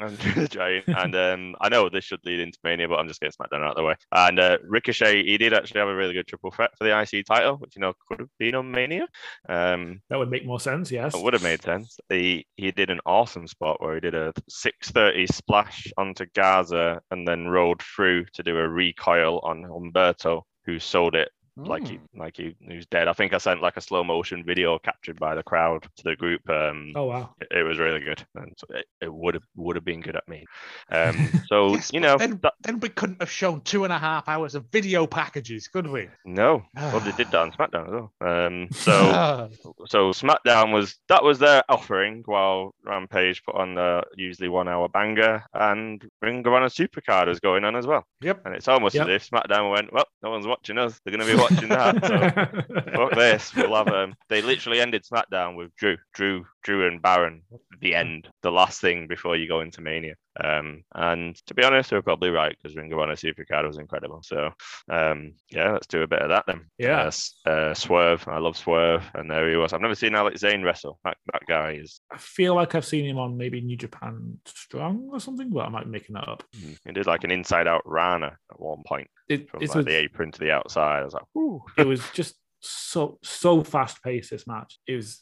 S1: Andrew [LAUGHS] the Giant. And um, I know this should lead into Mania, but I'm just getting SmackDown out of the way. And uh, Ricochet, he did actually have a really good triple threat for the IC title, which you know could have been on Mania. Um,
S3: That would make more sense, yes.
S1: it would have made sense. He he did an awesome spot where he did a 6:30 splash onto Gaza and then rolled through to do a recoil on Humberto, who sold it like he like he, he was dead. I think I sent like a slow motion video captured by the crowd to the group. Um,
S3: [LAUGHS] Oh, wow.
S1: it- it was really good, and so it, it would have would have been good at me. Um,
S2: [LAUGHS]
S1: so
S2: Yes,
S1: you
S2: but
S1: know,
S2: then,
S1: that,
S2: then we couldn't have shown two and a half hours of video packages, could [LAUGHS] we?
S1: no, well they
S2: [SIGHS]
S1: did that on SmackDown as well. Um,
S2: [LAUGHS]
S1: so so SmackDown was that was their offering, while Rampage put on the usually one hour banger, and Ring of Honor Supercard was going on as well.
S2: yep.
S1: And it's almost
S3: Yep.
S1: as if SmackDown went, well, no one's watching us; they're going to be watching that. [LAUGHS]
S2: [LAUGHS]
S1: So fuck this. We'll have um, they literally ended SmackDown with Drew, Drew, Drew and Baron. The end, the last thing before you go into Mania. Um, and to be honest, we are probably right because Ring of Honor Supercard was incredible. So, um, yeah, let's do a bit of that then.
S3: Yeah.
S1: Uh, S- uh, Swerve, I love Swerve, and there he was. I've never seen Alex Zane wrestle. That, that guy is.
S3: I feel like I've seen him on maybe New Japan Strong or something, but I might be making that up.
S1: He did like an inside out Rana at one point
S3: It,
S1: from
S3: it,
S1: like
S3: was,
S1: the apron to the outside. I was like, Ooh.
S3: it was just so so fast paced this match. It was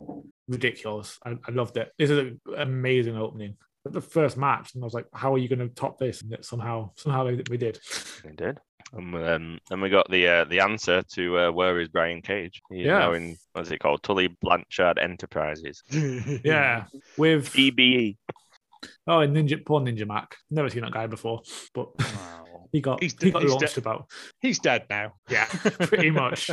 S3: ridiculous. I, I loved it. This is an amazing opening. The first match, and I was like, "How are you going to top this?" And it somehow, somehow they- we did.
S1: They did. And um, and we got the uh, the answer to uh, where is Brian Cage? He is
S3: Yeah.
S1: now in what's it called? Tully Blanchard Enterprises. E.
S3: Yeah, with
S1: TBE.
S3: oh, and Ninja, poor Ninja Mac. Never seen that guy before, but
S2: Wow.
S3: he got
S2: He's-
S3: he got
S2: he's
S3: launched
S2: de-
S3: about [LAUGHS]
S2: He's dead now. Yeah.
S3: pretty much.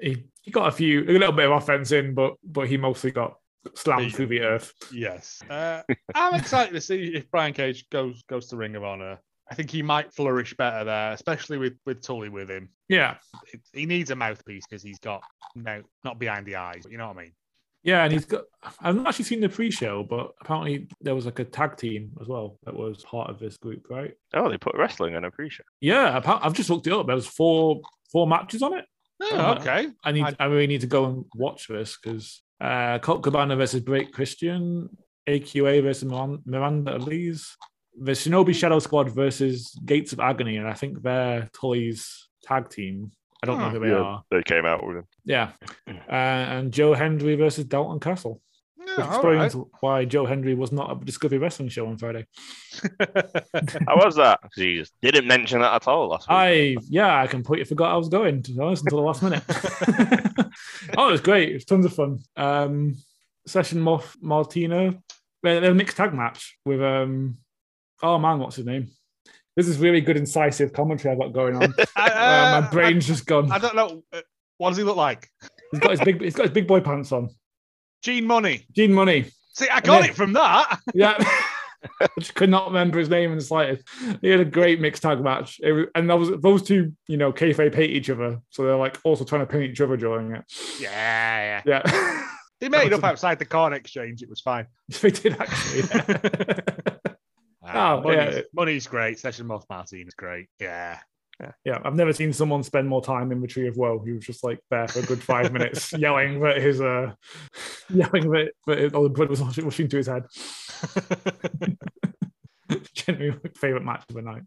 S3: he, he got a few, a little bit of offense in, but but he mostly got slammed
S2: Vegan.
S3: through the earth.
S2: [LAUGHS] yes. Uh, I'm excited to see if Brian Cage goes goes to Ring of Honor. I think he might flourish better there, especially with with Tully with him.
S3: Yeah,
S2: It, he needs a mouthpiece because he's got no not behind the eyes. You know what I mean?
S3: Yeah, and he's got. I've not actually seen the pre-show, but apparently there was like a tag team as well that was part of this group, right?
S1: Oh, they put wrestling on a pre-show.
S3: Yeah, appa- I've just looked it up. There was four four matches on it.
S2: Oh, okay.
S3: I need.
S2: I-
S3: I, really need to go and watch this because uh, Colt Cabana versus Blake Christian, AQA versus Miran- Miranda Lees, the Shinobi Shadow Squad versus Gates of Agony, and I think they're Tully's tag team. I don't know
S2: Huh.
S3: who they
S1: Yeah.
S3: are.
S1: They came out with them.
S3: Yeah, uh, and Joe Hendry versus Dalton Castle. Which
S2: Yeah, all right. [LAUGHS]
S3: explains why Joe Hendry was not at the Discovery Wrestling Show on Friday.
S1: How was that? [LAUGHS] 'Cause you just didn't mention that at all last week.
S3: I yeah, I completely forgot I was going to be honest until the
S2: [LAUGHS]
S3: last minute. oh, it was great. It was tons of fun. Um, Session Moff Martino. They they had a mixed tag match with um. Oh man, what's his name? This is really good incisive commentary I've got going
S2: [LAUGHS]
S3: on.
S2: I-
S3: Uh,
S2: I-
S3: my brain's just gone.
S2: I, I don't know. uh, What does he look like?
S3: He's got his big. He's got his big boy pants on.
S2: Gene Money.
S3: Gene Money.
S2: See, I got
S3: Yeah.
S2: it from that. [LAUGHS]
S3: Yeah. I just could not remember his name in the slightest. He had a great mixed tag match, It was- and that was those two, you know, kayfabe hate each other, so they're like also trying to pin each other during it.
S2: Yeah, yeah.
S3: Yeah, [LAUGHS]
S2: They made it
S3: was
S2: up
S3: a-
S2: outside the corn exchange. It was fine.
S3: they did actually. Yeah. Oh,
S2: money's,
S3: yeah.
S2: money's great. Session Moth Martin is great. Yeah. [LAUGHS]
S3: yeah, I've never seen someone spend more time in the Tree of Woe. He was just like there for a good five minutes, yelling that his uh, yelling that that his- all the blood was rushing rushing to his head. [LAUGHS] Generally, my favorite match of the night.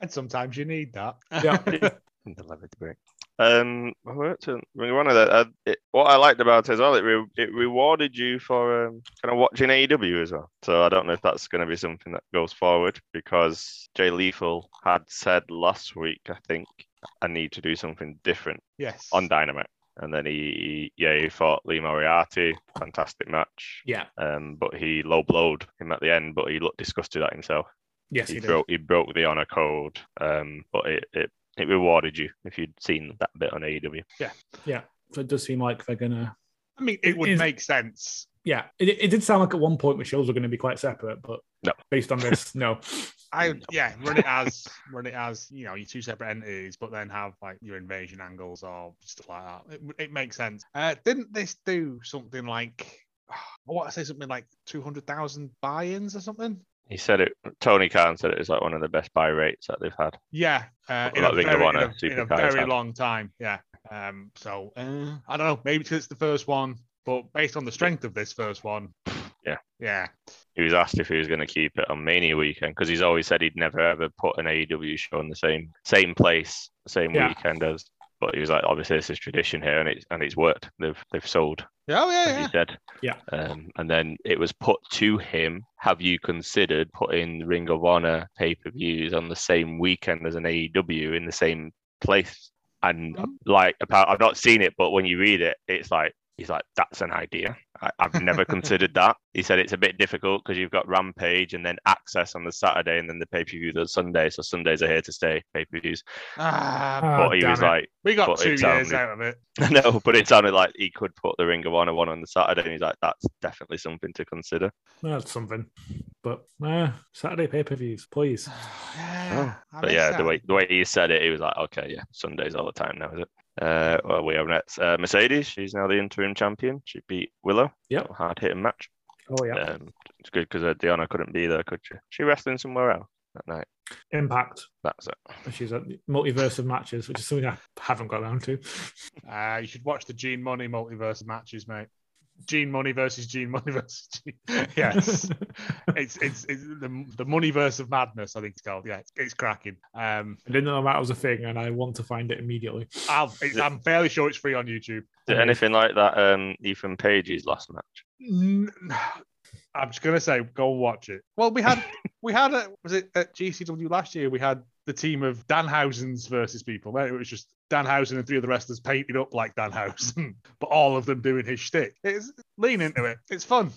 S2: And sometimes you need that.
S3: Yeah.
S1: The levity break. Um, I worked in Ring of Honor. That uh, it, what I liked about it as well, it, re- it rewarded you for um, kind of watching AEW as well. So I don't know if that's going to be something that goes forward because Jay Lethal had said last week, I think, I need to do something different
S2: [LAUGHS] yes.
S1: on Dynamite, and then he, he yeah he fought Lee Moriarty, fantastic match.
S3: Yeah.
S1: Um, but he low blowed him at the end, but he looked disgusted at himself
S3: Yes, he,
S1: he
S3: did.
S1: broke he broke the honor code. Um, but it, it it rewarded you if you'd seen that bit on E AEW.
S3: So it does seem like they're gonna
S2: I mean, it would
S3: Is-
S2: make sense.
S3: yeah, it, it did sound like at one point the shows were going to be quite separate, but
S1: No.
S3: based on this, no. Hmm.
S2: I yeah, run it as run it as you know your two separate entities, but then have like your invasion angles or stuff like that. It, it makes sense. Uh, didn't this do something like [SIGHS] I want to say something like two hundred thousand buy-ins or something?
S1: He said it. Tony Khan said it was like one of the best buy rates that they've had.
S2: Yeah, uh,
S1: Well,
S2: in,
S1: I
S2: a
S1: think
S2: very,
S1: the one
S2: in
S1: at
S2: a, in a
S1: Supercar has
S2: very
S1: had.
S2: long time. Yeah. Um, so uh, I don't know. Maybe because it's the first one, but based on the strength of this first one,
S1: Yeah.
S2: yeah,
S1: He was asked if he was going to keep it on Mania weekend because he's always said he'd never ever put an AEW show on the same same place, same
S3: Yeah.
S1: weekend as. But he was like, obviously this is tradition here, and it's and it's worked. They've they've sold
S2: yeah, oh, yeah,
S1: as
S2: yeah.
S1: he said.
S3: Yeah.
S1: Um, and then it was put to him. Have you considered putting Ring of Honor pay per views on the same weekend as an AEW in the same place? And uh,
S3: Mm.
S2: Mhm.
S1: like, appa- I've not seen it, but when you read it, it's like he's like, that's an idea. I, I've never considered that. He said it's a bit difficult because you've got Rampage and then Access on the Saturday and then the pay per view on Sunday. So Sundays are here to stay pay per views.
S2: Ah,
S3: Ah,
S1: but he
S3: damn
S1: was
S3: it.
S1: like,
S2: we got
S1: but
S2: two
S1: it's
S2: years
S1: only-
S2: out of it.
S1: [LAUGHS] no, but it sounded like he could put the Ring of Honor one on the Saturday, and he's like, that's definitely something to consider.
S3: No, that's something. But uh, Saturday pay per views, please.
S2: yeah, I
S1: Oh, But
S2: miss
S1: yeah,
S2: that.
S1: the way the way he said it, he was like, okay, yeah, Sundays all the time now, is it? Uh, well, we have next uh, Mercedes. She's now the interim champion. She beat Willow.
S3: Yep.
S1: hard hitting match.
S3: Oh yeah,
S1: Um, it's good because uh, Diana couldn't be there, could she? She wrestling somewhere else that night.
S3: Impact.
S1: That's it.
S3: She's at the multiverse of matches, which is something I haven't got around to.
S2: Uh, you should watch the Gene Money multiverse matches, mate. Gene Money versus Gene Money [LAUGHS] versus Gene.
S3: [LAUGHS]
S2: yes, it's, it's it's the the Moneyverse of Madness. I think it's called. Yeah, it's, it's cracking. Um,
S3: I didn't know that was a thing, and I want to find it immediately.
S2: I'll, it's, I'm fairly sure it's free on YouTube.
S1: Is it
S3: Mhm.
S1: anything like that? Um, Ethan Page's last match.
S2: N- I'm just gonna say, go and watch it. Well, we
S1: [LAUGHS]
S2: had we had a, was it at GCW last year? We had the team of Danhausen's versus people. Where it was just Danhausen and three of the wrestlers painted up like Danhausen, [LAUGHS] but all of them doing his shtick. It's lean into it. It's fun.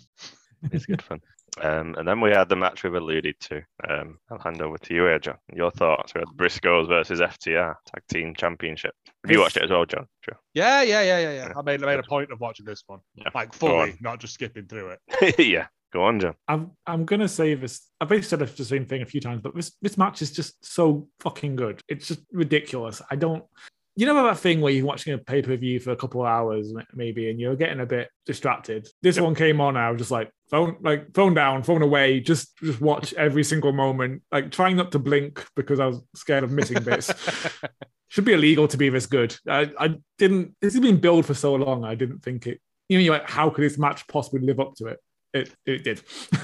S1: It's good fun. Um, and then we had the match we've alluded to. Um, I'll hand over to you here, John. Your thoughts. We had Briscoes versus FTR Tag Team Championship. Have you watched it as well, John? Sure. [LAUGHS]
S2: Yeah, yeah, yeah, yeah, yeah. I made I made a point of watching this one,
S1: Yeah.
S2: like
S1: on.
S2: fully, not just skipping through it.
S1: yeah. Go on, John.
S3: I'm I'm gonna say this. I've basically said the same thing a few times, but this this match is just so fucking good. It's just ridiculous. I don't. you know that thing where you're watching a pay per view for a couple of hours m- maybe, and you're getting a bit distracted. This one came on, I was just like phone, like phone down, phone away. Just just watch every single moment. Like trying not to blink because I was scared of missing bits. Should be illegal to be this good. I, I didn't. This has been billed for so long. I didn't think it. You know, you're like, how could this match possibly live up to it? It it did. [LAUGHS]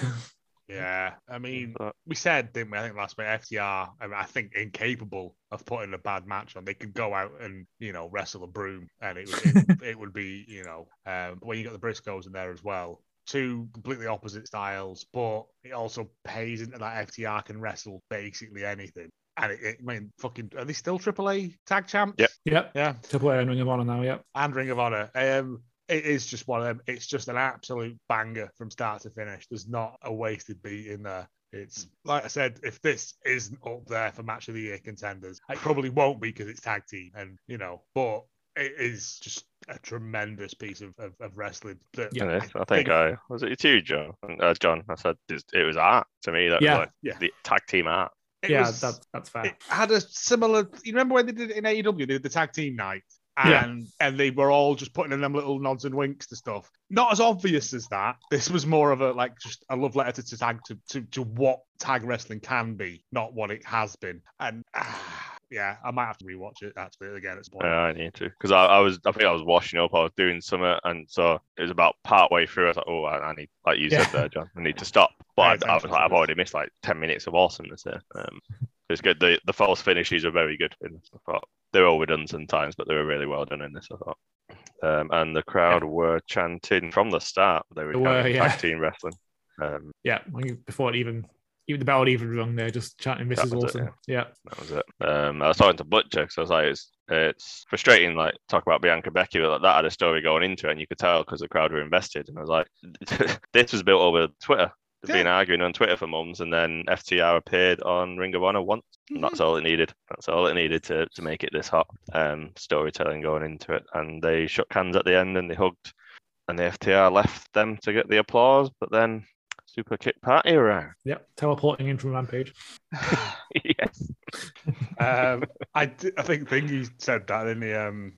S2: yeah, I mean, we said, didn't we? I think last week, FTR, I, mean, I think, incapable of putting a bad match on. They could go out and, you know, wrestle a broom and it would, it, it would be, you know, um, when you got the Briscoes in there as well. Two completely opposite styles, but it also pays into that FTR can wrestle basically anything. And it, it I mean, fucking, are they still AAA tag champs?
S1: Yep.
S3: yep.
S2: Yeah
S3: Triple A and Ring of Honor now. Yep.
S2: and Ring of Honor. Um, it is just one of them. It's just an absolute banger from start to finish. There's not a wasted beat in there. It's like I said, if this isn't up there for match of the year contenders, it probably won't be because it's tag team, and you know, but it is just a tremendous piece of, of, of wrestling. That,
S1: It is. I think I was it you, Joe? Uh, John. I said it's- it was art to me. That
S3: Yeah.
S1: was like
S2: Yeah.
S1: the tag team art.
S2: it
S3: yeah,
S2: was-
S3: that's that's fair.
S2: it had a similar. You remember when they did it in AEW, they did the tag team night,
S3: Yeah.
S2: and and they were all just putting in them little nods and winks to stuff. Not as obvious as that. This was more of a like just a love letter to, to tag to, to to what tag wrestling can be, not what it has been. And [SIGHS] ah, yeah, I might have to rewatch it actually again at some point.
S1: Yeah, I need to because I, I was I think I was washing up. I was doing something, and so it was about part way through. I was like, oh, I, I need like you
S3: Yeah.
S1: said there, John. I need to
S3: [LAUGHS]
S1: stop. But
S2: Yeah,
S1: I, I was like, I've
S2: fantastic.
S1: already missed like ten minutes of awesomeness there. Um, it's good. The the false finishes are very good. In this, I thought they're overdone sometimes, but they were really well done in this. I thought. Um, and the crowd were chanting from the start. They were,
S3: They were,
S1: chanting
S3: yeah.
S1: tag team wrestling. Um,
S3: Yeah, when you- before it even even the bell had even rung, they're just chanting, "This
S1: That
S3: is
S1: was it,
S3: awesome." yeah.
S1: That was it. Um, I was talking to Butcher because I was like, it's, it's frustrating, like, talk about Bianca Becky, but like, that had a story going into it, and you could tell because the crowd were invested. And I was like, [LAUGHS] this was built over Twitter. They've been arguing on Twitter for months, and then FTR appeared on Ring of Honor once. And that's all it needed. That's all it needed to, to make it this hot. Um, storytelling going into it. And they shook hands at the end and they hugged, and the FTR left them to get the applause, but then Super Kick Party around.
S3: Yep, teleporting in from Rampage.
S1: yes.
S2: um, I, d- I think Thingy said that in the um,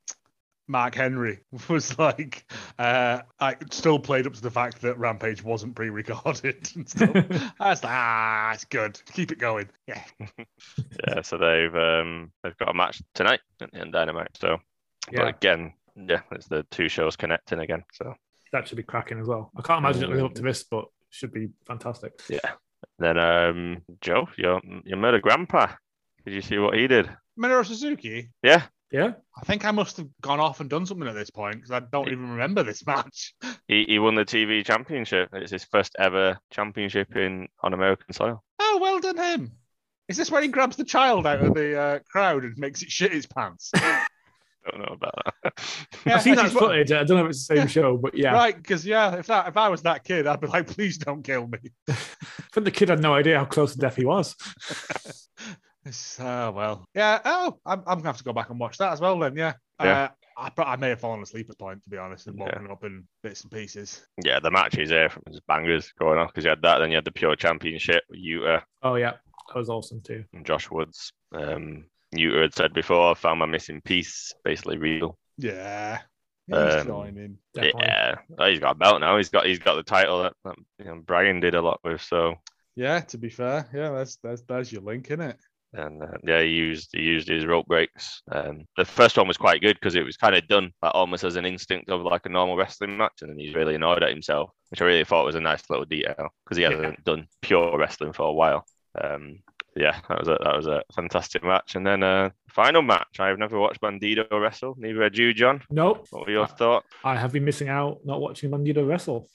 S2: Mark Henry [LAUGHS] was like, uh, I still played up to the fact that Rampage wasn't pre-recorded. [LAUGHS] And stuff. I was like, ah, it's good. Keep it going. Yeah,
S1: yeah, Uh, so they've um they've got a match tonight in- in Dynamite. So,
S3: Yeah,
S1: but again, yeah, it's the two shows connecting again. So
S3: that should be cracking as well. I can't imagine it live up to this, but should be fantastic.
S1: yeah. Then um Joe, your your murder grandpa. Did you see what he did?
S2: Minoru Suzuki.
S1: Yeah,
S3: Yeah,
S2: I think I must have gone off and done something at this point because I don't even remember this match.
S1: he, he won the TV championship. It's his first ever championship in on American soil.
S2: Oh, well done him. Is this when he grabs the child out of the uh, crowd and makes it shit his pants?
S1: Don't know about that. [LAUGHS]
S2: Yeah,
S3: I've seen that
S2: that's what-
S3: footage. I don't know if it's the same show, but yeah,
S2: Right, because yeah, if that if I was that kid, I'd be like, please don't kill me.
S3: I think the kid had no idea how close to death he [LAUGHS] was.
S2: It's, uh, well, yeah. Oh, I'm, I'm gonna have to go back and watch that as well then. Yeah.
S1: Yeah.
S2: Uh, I, pro- I may have fallen asleep at the point, to be honest, and woken up in bits and pieces.
S1: yeah, the matches there from his bangers going on because you had that, then you had the pure championship, Utah
S3: Oh yeah, that was awesome too.
S1: and Josh Woods. Um Utah had said before, found my missing piece, basically real.
S2: Yeah.
S1: Um,
S2: joining.
S3: Definitely.
S1: Yeah, Oh, he's got a belt now. He's got he's got the title that, that you know, Brian did a lot with. So
S2: Yeah. To be fair, yeah, that's that's that's your link, isn't it?
S1: and uh, yeah, he used he used his rope breaks. Um, the first one was quite good because it was kind of done like almost as an instinct of like a normal wrestling match, and then he's really annoyed at himself, which I really thought was a nice little detail because he hasn't done pure wrestling for a while. Um, yeah, that was a that was a fantastic match. And then uh, final match. I've never watched Bandido wrestle. Neither had you, John.
S3: Nope,
S1: What were your thoughts?
S3: I have been missing out not watching Bandido wrestle.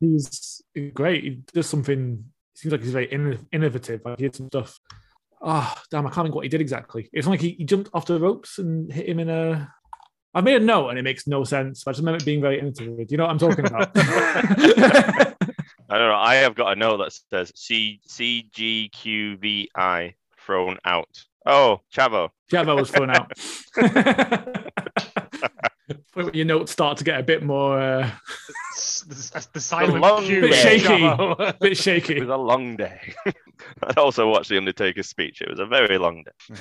S3: He's great. He does something. Seems like he's very inno- innovative. Like he did some stuff. Oh, damn! I can't think what he did exactly. It's like he, he jumped off the ropes and hit him in a. I made a note and it makes no sense. But I just remember it being very innovative. Do you know what I'm talking about?
S1: I don't know. I have got a note that says C C G Q V I thrown out. Oh, Chavo.
S3: Java was thrown out. [LAUGHS] When your notes start to get a bit more, uh,
S2: S- The, the silent
S1: long
S2: cue
S1: bit
S2: is
S3: shaky.
S1: [LAUGHS]
S2: Javo.
S3: bit
S1: It
S3: shaky. [LAUGHS]
S1: was a long day. [LAUGHS] I also watched The Undertaker's speech. It was a very long day.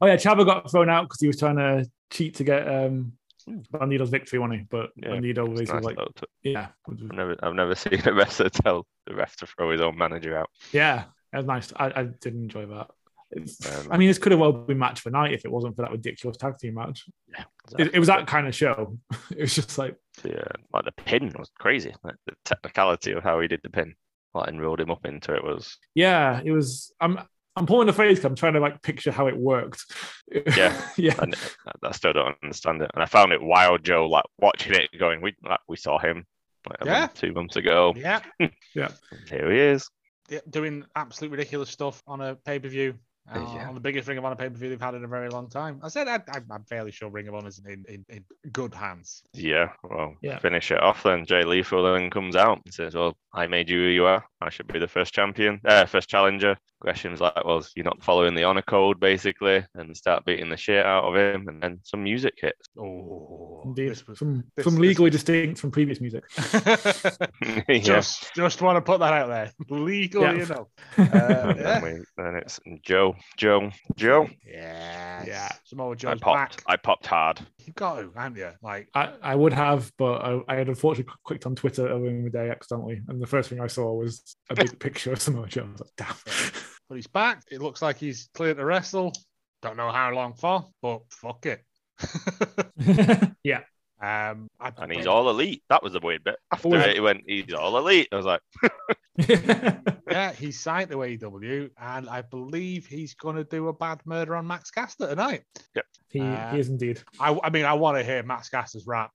S3: Oh yeah, Chavo got thrown out because he was trying to cheat to get um Bandido's victory, wasn't he? But
S1: Yeah,
S3: Bandido was
S1: It's nice
S3: like,
S1: little touch.
S3: yeah,
S1: I've never, I've never [LAUGHS] seen a wrestler tell the ref to throw his own manager out.
S3: yeah, that was nice. I, I did enjoy that.
S1: Um,
S3: I mean, this could have well been match for night if it wasn't for that ridiculous tag team match. It, it was that kind of show. [LAUGHS] It was just like,
S1: the, uh, like the pin was crazy. Like the technicality of how he did the pin, like and rolled him up into it was
S3: yeah, it was. I'm I'm pulling the phrase. 'cause I'm trying to like picture how it worked.
S1: Yeah.
S3: [LAUGHS] yeah.
S1: and I, I still don't understand it. And I found it wild, Joe, like watching it, going, "We like, we saw him like a
S2: Yeah.
S1: month, two months ago.
S2: [LAUGHS] Yeah.
S1: Here he is."
S2: yeah, doing absolute ridiculous stuff on a pay per view. Uh,
S1: Yeah.
S2: On the biggest Ring of Honor pay per view they've had in a very long time. I said I, I, I'm fairly sure Ring of Honor's in, in, in good hands.
S1: Yeah, well,
S3: Yeah.
S1: finish it off then. Jay Lethal then comes out and says, "Well, I made you who you are. I should be the first champion, uh, first challenger." Gresham's like, "Well, you're not following the honor code, basically," and start beating the shit out of him. And then some music hits. [LAUGHS]
S2: Oh,
S3: Indeed,
S2: this was-
S3: from
S2: this-
S3: from
S2: this
S3: legally distinct from previous music. [LAUGHS]
S2: [LAUGHS]
S1: Yeah.
S2: just just want to put that out there. [LAUGHS] Legal,
S3: Yeah.
S2: you know. Uh,
S1: And
S2: yeah.
S1: then, we, then it's Joe, Joe, Joe.
S2: Yes.
S3: Yeah.
S2: Samoa
S1: I
S2: Joe's
S1: popped.
S2: back.
S1: I popped hard.
S2: You've got to, haven't you? Like,
S3: I, I would have, but I, I had unfortunately clicked on Twitter earlier in the day accidentally, and the first thing I saw was a [LAUGHS] big picture of Samoa Joe. I was like, damn.
S2: but he's back. It looks like he's clear to wrestle. Don't know how long for, but fuck it. [LAUGHS]
S3: [LAUGHS] yeah,
S2: um, I,
S1: And he's all elite. That was the weird bit. After
S3: was
S1: it, he went, he's all elite. I was like,
S2: yeah, he signed to AEW, and I believe he's going to do a bad murder on Max Caster tonight.
S3: he,
S2: Uh,
S3: he is indeed.
S2: I, I mean, I want to hear Max Caster's rap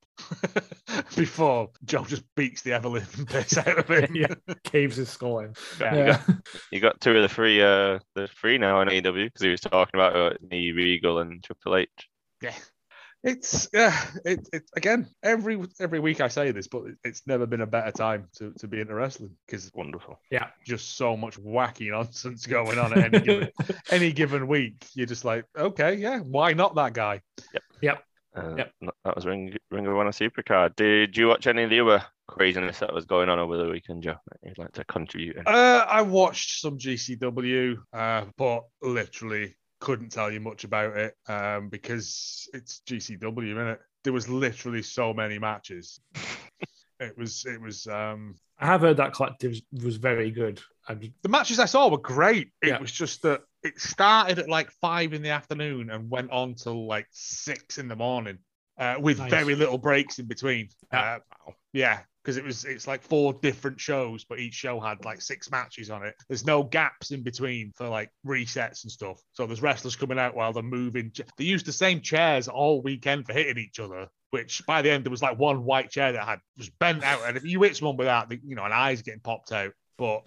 S2: [LAUGHS] before Joe just beats the ever living piss out of
S1: [LAUGHS]
S2: him.
S3: yeah, caves his skull in.
S2: Yeah.
S3: Yeah.
S1: you got two of the three, uh, the three now in AEW because he was talking about uh, me, Regal, and Triple H.
S2: Yeah. It's yeah, it, it again every every week I say this, but it's never been a better time to, to be into wrestling because
S1: Wonderful.
S2: just so much wacky nonsense [LAUGHS] going on at any
S3: [LAUGHS]
S2: given any given week. You're just like, okay, yeah, why not that guy?
S1: Uh,
S3: Yep.
S1: n- That was Ring, Ring of Honor Supercard. Did you watch any of the other craziness that was going on over the weekend, Joe? that You'd like to contribute? In?
S2: Uh, I watched some GCW, uh, but literally couldn't tell you much about it um, because it's GCW, innit? There was literally so many matches. it was it was um,
S3: I have heard that collective was very good. I,
S2: the matches I saw were great. It
S3: Yeah.
S2: was just that it started at like five in the afternoon and went on till like six in the morning, uh, with
S3: Nice.
S2: very little breaks in between.
S3: Yeah.
S2: Uh, yeah, because it was it's like four different shows, but each show had like six matches on it. There's no gaps in between for like resets and stuff. So there's wrestlers coming out while they're moving. They used the same chairs all weekend for hitting each other. Which by the end there was like one white chair that had was bent out, and if you hit someone with that, the- you know, an eye's getting popped out.
S3: [LAUGHS]
S2: But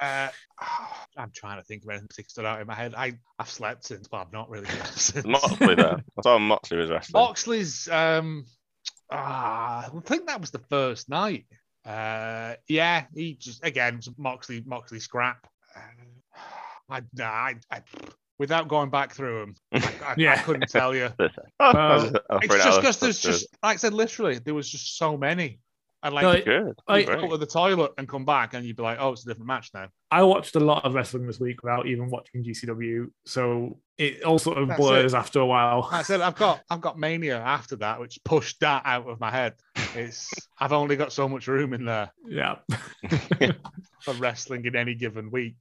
S2: uh, [SIGHS] I'm trying to think of anything that stood out in my head. I I've slept since, but I've not really [LAUGHS] slept since. [LAUGHS]
S3: [LAUGHS]
S1: Moxley there. I saw Moxley was wrestling.
S2: Moxley's um ah, I think that was the first night. Uh yeah, he just again Moxley Moxley scrap. Uh, I, nah, I, I without going back through him,
S1: [LAUGHS]
S2: I, I
S3: Yeah.
S2: couldn't tell you.
S1: Oh,
S3: Well,
S1: that's- I'll
S2: It's
S1: throw it
S2: just
S1: out.
S2: because there's
S1: That's
S2: just like I said, literally there was just so many. And like
S3: No,
S2: you
S3: it-
S1: good.
S3: I-
S1: Great.
S2: go to the toilet and come back and you'd be like, oh, it's a different match now.
S3: I watched a lot of wrestling this week without even watching GCW, so it all sort of
S2: That's
S3: blurs after a while.
S2: I said I've got I've got mania after that, which pushed that out of my head.
S1: [LAUGHS]
S2: It's I've only got so much room in there
S3: [LAUGHS] yeah,
S2: for wrestling in any given week.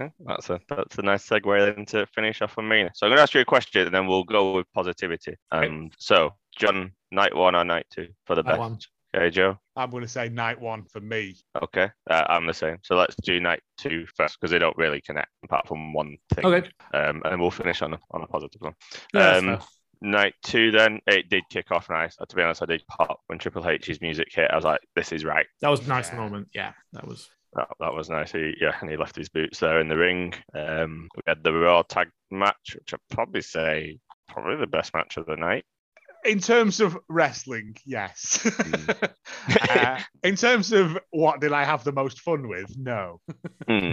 S1: Yeah, that's a that's a nice segue then to finish off on Marina. So I'm going to ask you a question, and then we'll go with positivity. Um, so John, night one or night two for the
S3: Night
S1: best?
S3: one.
S1: Okay, Joe.
S2: I'm going to say night one for me.
S1: Okay, uh, I'm the same. So let's do night two first because they don't really connect apart from one thing.
S3: Okay.
S1: Um, and we'll finish on a, on a positive one.
S3: Yeah, that's
S1: Um,
S3: fair.
S1: Night two, then it did kick off nice. Uh, To be honest, I did pop when Triple H's music hit. I was like, "This is right."
S3: that was a nice
S2: yeah.
S3: moment. Yeah, that was.
S1: That, that was nice. He, yeah, and he left his boots there in the ring. Um, we had the Raw tag match, which I'd probably say probably the best match of the night.
S2: in terms of wrestling, yes.
S1: Mm.
S2: [LAUGHS] Uh, in terms of what did I have the most fun with?
S1: [LAUGHS]
S2: No.
S1: Hmm.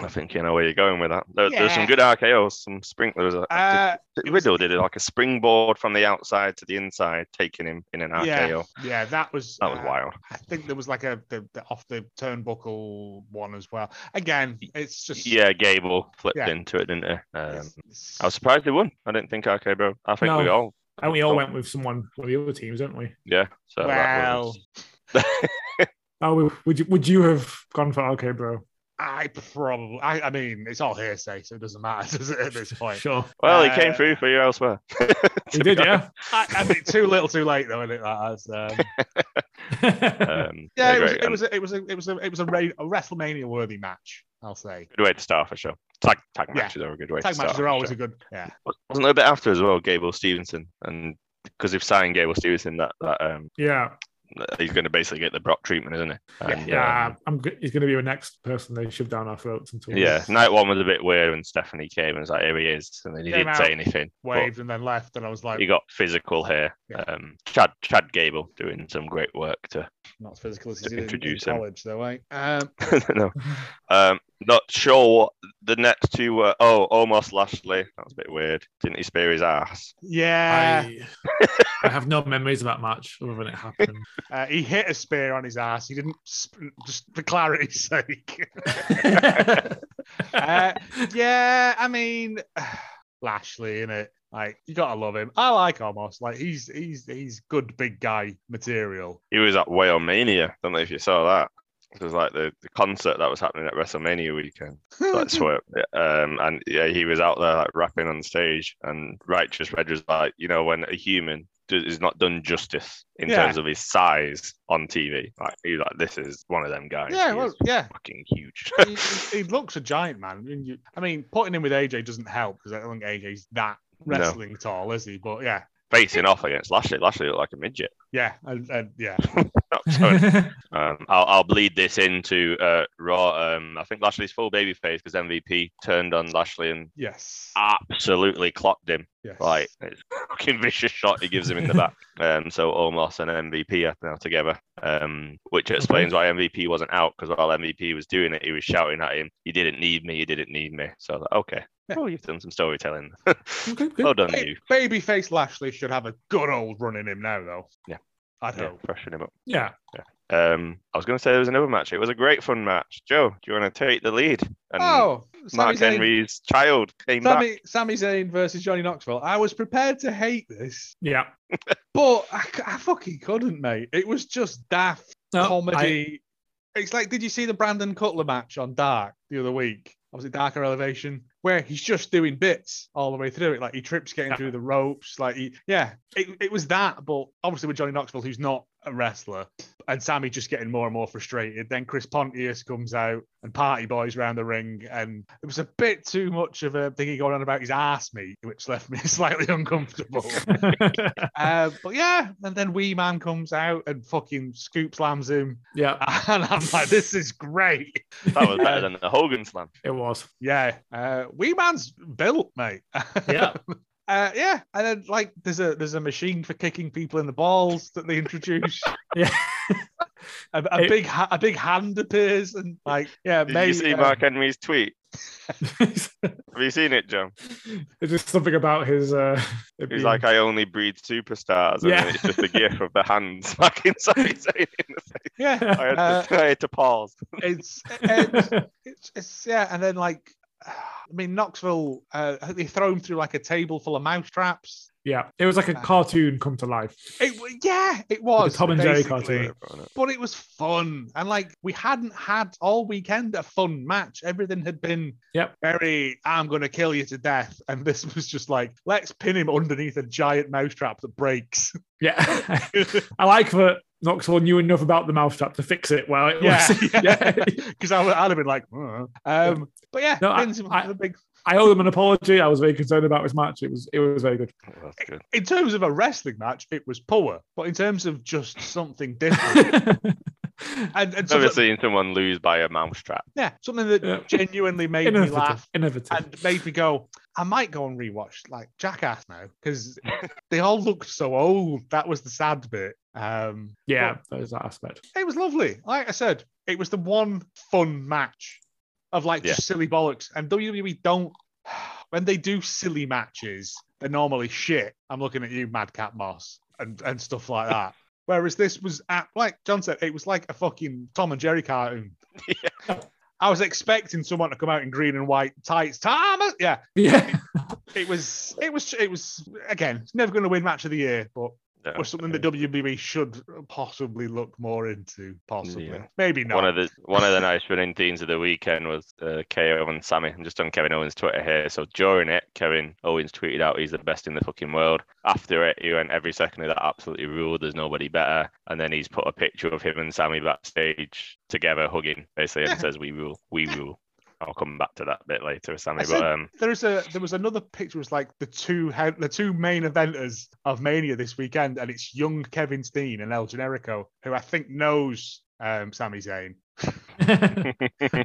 S1: I think you know where you're going with that. There, There's some
S2: Yeah.
S1: good RKOs, some sprinklers. Uh,
S2: Uh,
S1: Riddle did it like a springboard from the outside to the inside, taking him in an RKO.
S2: yeah, yeah, that was
S1: That was
S2: uh,
S1: wild.
S2: I think there was like a the, the off the turnbuckle one as well. Again, it's just
S1: Yeah, Gable flipped
S2: Yeah.
S1: into it, didn't he? Um,
S2: it's- it's-
S1: I was surprised they won. I didn't think RK bro. I think
S3: No.
S1: we all.
S3: And we all went with someone one of the other teams, didn't we?
S1: Yeah. So that
S2: well,
S1: was, [LAUGHS]
S3: Oh, we- would you would you have gone for okay, bro?
S2: I probably. I, I mean, it's all hearsay, so it doesn't matter, [LAUGHS] does it? At this point,
S3: [LAUGHS] Sure,
S1: well, he came
S2: uh,
S1: through for you elsewhere. [LAUGHS]
S3: he did, yeah.
S2: I, I mean, too little, too late, though, isn't it? That, that's, um,
S1: Um,
S2: [LAUGHS] yeah,
S1: yeah,
S2: it was,
S1: great.
S2: it was, a- it was, a, it was, a, it was a, ra- a WrestleMania worthy match. I'll say.
S1: good way to start for sure. Tag, tag
S2: Yeah.
S1: matches are a good way. to
S2: Tag
S1: start
S2: matches are
S1: for
S2: always
S1: sure.
S2: a good. Yeah.
S1: Wasn't there a bit after as well, Gable Stevenson, and because they've signed Gable Stevenson, that that um
S3: [LAUGHS] yeah,
S1: that he's going to basically get the Brock treatment, isn't he? And,
S3: yeah.
S1: um,
S3: Uh, I'm. Good. He's going to be the next person they shove down our throats until. we- [LAUGHS]
S1: yeah. Night one was a bit weird when Stephanie came and was like, "Here he is," and then he
S2: Came
S1: didn't say
S2: out,
S1: anything. but
S2: Waved and then left, and I was like,
S1: He got physical here.
S2: Yeah.
S1: Um, Chad Chad Gable doing some great work to
S2: not as physical as
S1: to
S2: he did in- in
S1: introduce him.
S2: college, though, eh? Um,
S1: no. Um, not sure what the next two were. Oh, almost Lashley. That was a bit weird. Didn't he spear his ass?
S2: yeah.
S3: I, I have no memories of that match other than
S2: [LAUGHS]
S3: it happened.
S2: Uh, he hit a spear on his ass. He didn't, sp- just for clarity's [LAUGHS] sake. Uh, yeah, I mean, [SIGHS] Lashley, in it, like you gotta love him. I like Omos. Like he's he's he's good big guy material.
S1: He was at Whalemania. Don't know if you saw that. It was like the, the concert that was happening at WrestleMania weekend.
S2: Mm-hmm.
S1: Like
S2: [LAUGHS]
S1: swear. Um, and yeah, he was out there like rapping on stage, and Righteous Red was like, you know, when a human do- is not done justice in
S2: Yeah.
S1: terms of his size on TV. Like he's like, this is one of them guys.
S2: yeah,
S1: He
S2: well,
S1: is
S2: yeah.
S1: fucking huge.
S2: He, he- he looks a giant man. I mean, you- I mean, putting him with AJ doesn't help because I don't think AJ's that
S1: No.
S2: wrestling tall, is he? But yeah,
S1: [LAUGHS] Facing off against Lashley, Lashley looked like a midget. [LAUGHS]
S2: yeah, and, and, yeah.
S1: So
S3: [LAUGHS]
S1: Um, I'll, I'll bleed this into uh, Raw. Um, I think Lashley's full baby face because MVP turned on Lashley and
S2: Yes.
S1: absolutely clocked him.
S2: yes.
S1: Like, it's a fucking vicious shot he gives him in the back. Um, so Omos and MVP are now together, um, which explains why MVP wasn't out because while MVP was doing it, he was shouting at him, You didn't need me, you didn't need me. So, I was like, okay.
S2: Yeah.
S1: Oh, you've done some storytelling. [LAUGHS]
S3: Okay, good.
S1: well done,
S2: Ba-
S1: you.
S2: Babyface Lashley should have a good old run in him now, though.
S1: Yeah.
S2: I'd
S1: Yeah,
S2: hope.
S1: freshen him up.
S3: Yeah.
S1: Um, I was going to say there was another match. It was a great fun match. Joe, do you want to take the lead? And
S2: oh,
S1: Mark
S2: Sami Zayn-
S1: Henry's child came back.
S2: Sammy, Sami Zayn versus Johnny Knoxville. I was prepared to hate this,
S3: Yeah.
S2: but I, c- I fucking couldn't, mate. It was just daft
S3: No, I-
S2: comedy. Oh, It's like, did you see the Brandon Cutler match on Dark the other week? Obviously, Darker Elevation, where he's just doing bits all the way through it. Like he trips getting
S3: Yeah.
S2: through the ropes. Like he, yeah, it, it was that. But obviously with Johnny Knoxville, who's not a wrestler, and Sammy just getting more and more frustrated. Then Chris Pontius comes out and Party Boys round the ring, and it was a bit too much of a thingy going on about his ass meat, which left me [LAUGHS] slightly uncomfortable. Uh, but yeah, and then Wee Man comes out and fucking scoop slams him,
S3: [LAUGHS] yeah.
S2: [LAUGHS] and I'm like, this is great.
S1: That was better than the Hogan slam.
S3: It was. [LAUGHS]
S2: Yeah, uh, Wee Man's built, mate.
S3: Yeah.
S2: [LAUGHS] Uh, yeah, and then like there's a there's a machine for kicking people in the balls that they introduce.
S3: [LAUGHS] Yeah.
S2: a, a
S3: It-
S2: big ha- a big hand appears and like yeah,
S1: Did
S2: maybe
S1: you see
S2: uh,
S1: Mark Henry's tweet?
S3: it's
S1: Have you seen it, Joe?
S3: just something about his. Uh, it
S1: He's
S3: being-
S1: like, I only breed superstars, and
S3: Yeah.
S1: then it's just a gif of the hands [LAUGHS] smacking Sami Zayn in the face.
S3: [LAUGHS]
S2: yeah,
S1: I had,
S2: Uh,
S1: to, I had to pause.
S2: it's it's, it's it's yeah, and then like [SIGHS] I mean Knoxville, uh, they throw him through like a table full of mousetraps.
S3: [LAUGHS] yeah. It was like a cartoon come to life.
S2: It w- yeah, it was
S3: Tom and Jerry
S2: basically.
S3: cartoon.
S2: but it was fun and like we hadn't had all weekend a fun match everything had been
S3: Yep.
S2: very i'm gonna kill you to death and [LAUGHS] this was just like let's pin him underneath a giant mousetrap that breaks [LAUGHS]
S3: Yeah. [LAUGHS] I like that Knoxville knew enough about the mousetrap to fix it. Well, it
S2: yeah [LAUGHS]
S3: was.
S2: yeah
S3: yeah.
S2: because I would, i'd have been like "Uh." um but yeah
S3: No, I-
S2: pins him
S3: I-
S2: with a big-
S3: I owe them an apology. I was very concerned about this match. It was it was
S2: [LAUGHS]
S3: very good.
S1: That's good.
S2: in
S3: [LAUGHS]
S2: terms of a wrestling match it was poor but in terms of just something different and, and
S1: Never
S2: something,
S1: seen someone lose by a mousetrap.
S2: yeah, something that
S3: Yeah.
S2: genuinely made me
S3: Innovative.
S2: laugh
S3: Innovative.
S2: and made me go, I might go and rewatch like Jackass now because [LAUGHS] they all looked so old. That was the sad bit. Um,
S3: yeah, there's that aspect.
S2: it was lovely. Like I said, it was the one fun match of like
S1: Yeah.
S2: just silly bollocks. And WWE don't [SIGHS] when they do silly matches, they're normally shit. I'm looking at you, Madcap Moss, and and stuff like that. Whereas this was at, like John said, it was like a fucking Tom and Jerry cartoon. I was expecting someone to come out in green and white tights. Tom, yeah,
S3: Yeah. [LAUGHS]
S2: it was, it was, it was again. It's never going to win match of the year, but
S1: No.
S2: was something that WWE should possibly look more into. Possibly,
S1: Yeah.
S2: maybe
S1: One
S2: not.
S1: of the one of the nice running themes of the weekend was uh, KO and Sammy. I'm just on Kevin Owens' Twitter here. So during it, Kevin Owens tweeted out he's the best in the fucking world. After it, he went every second of that absolutely ruled. There's nobody better. And then he's put a picture of him and Sammy backstage together hugging, basically, and
S2: Yeah.
S1: says, "We rule, we rule." I'll come back to that bit later with Sammy,
S2: I
S1: but
S2: said-
S1: um,
S2: There is a there was another picture. It was like the two head, the two main eventers of Mania this weekend, and it's young Kevin Steen and El Generico, who I think knows um, Sami Zayn.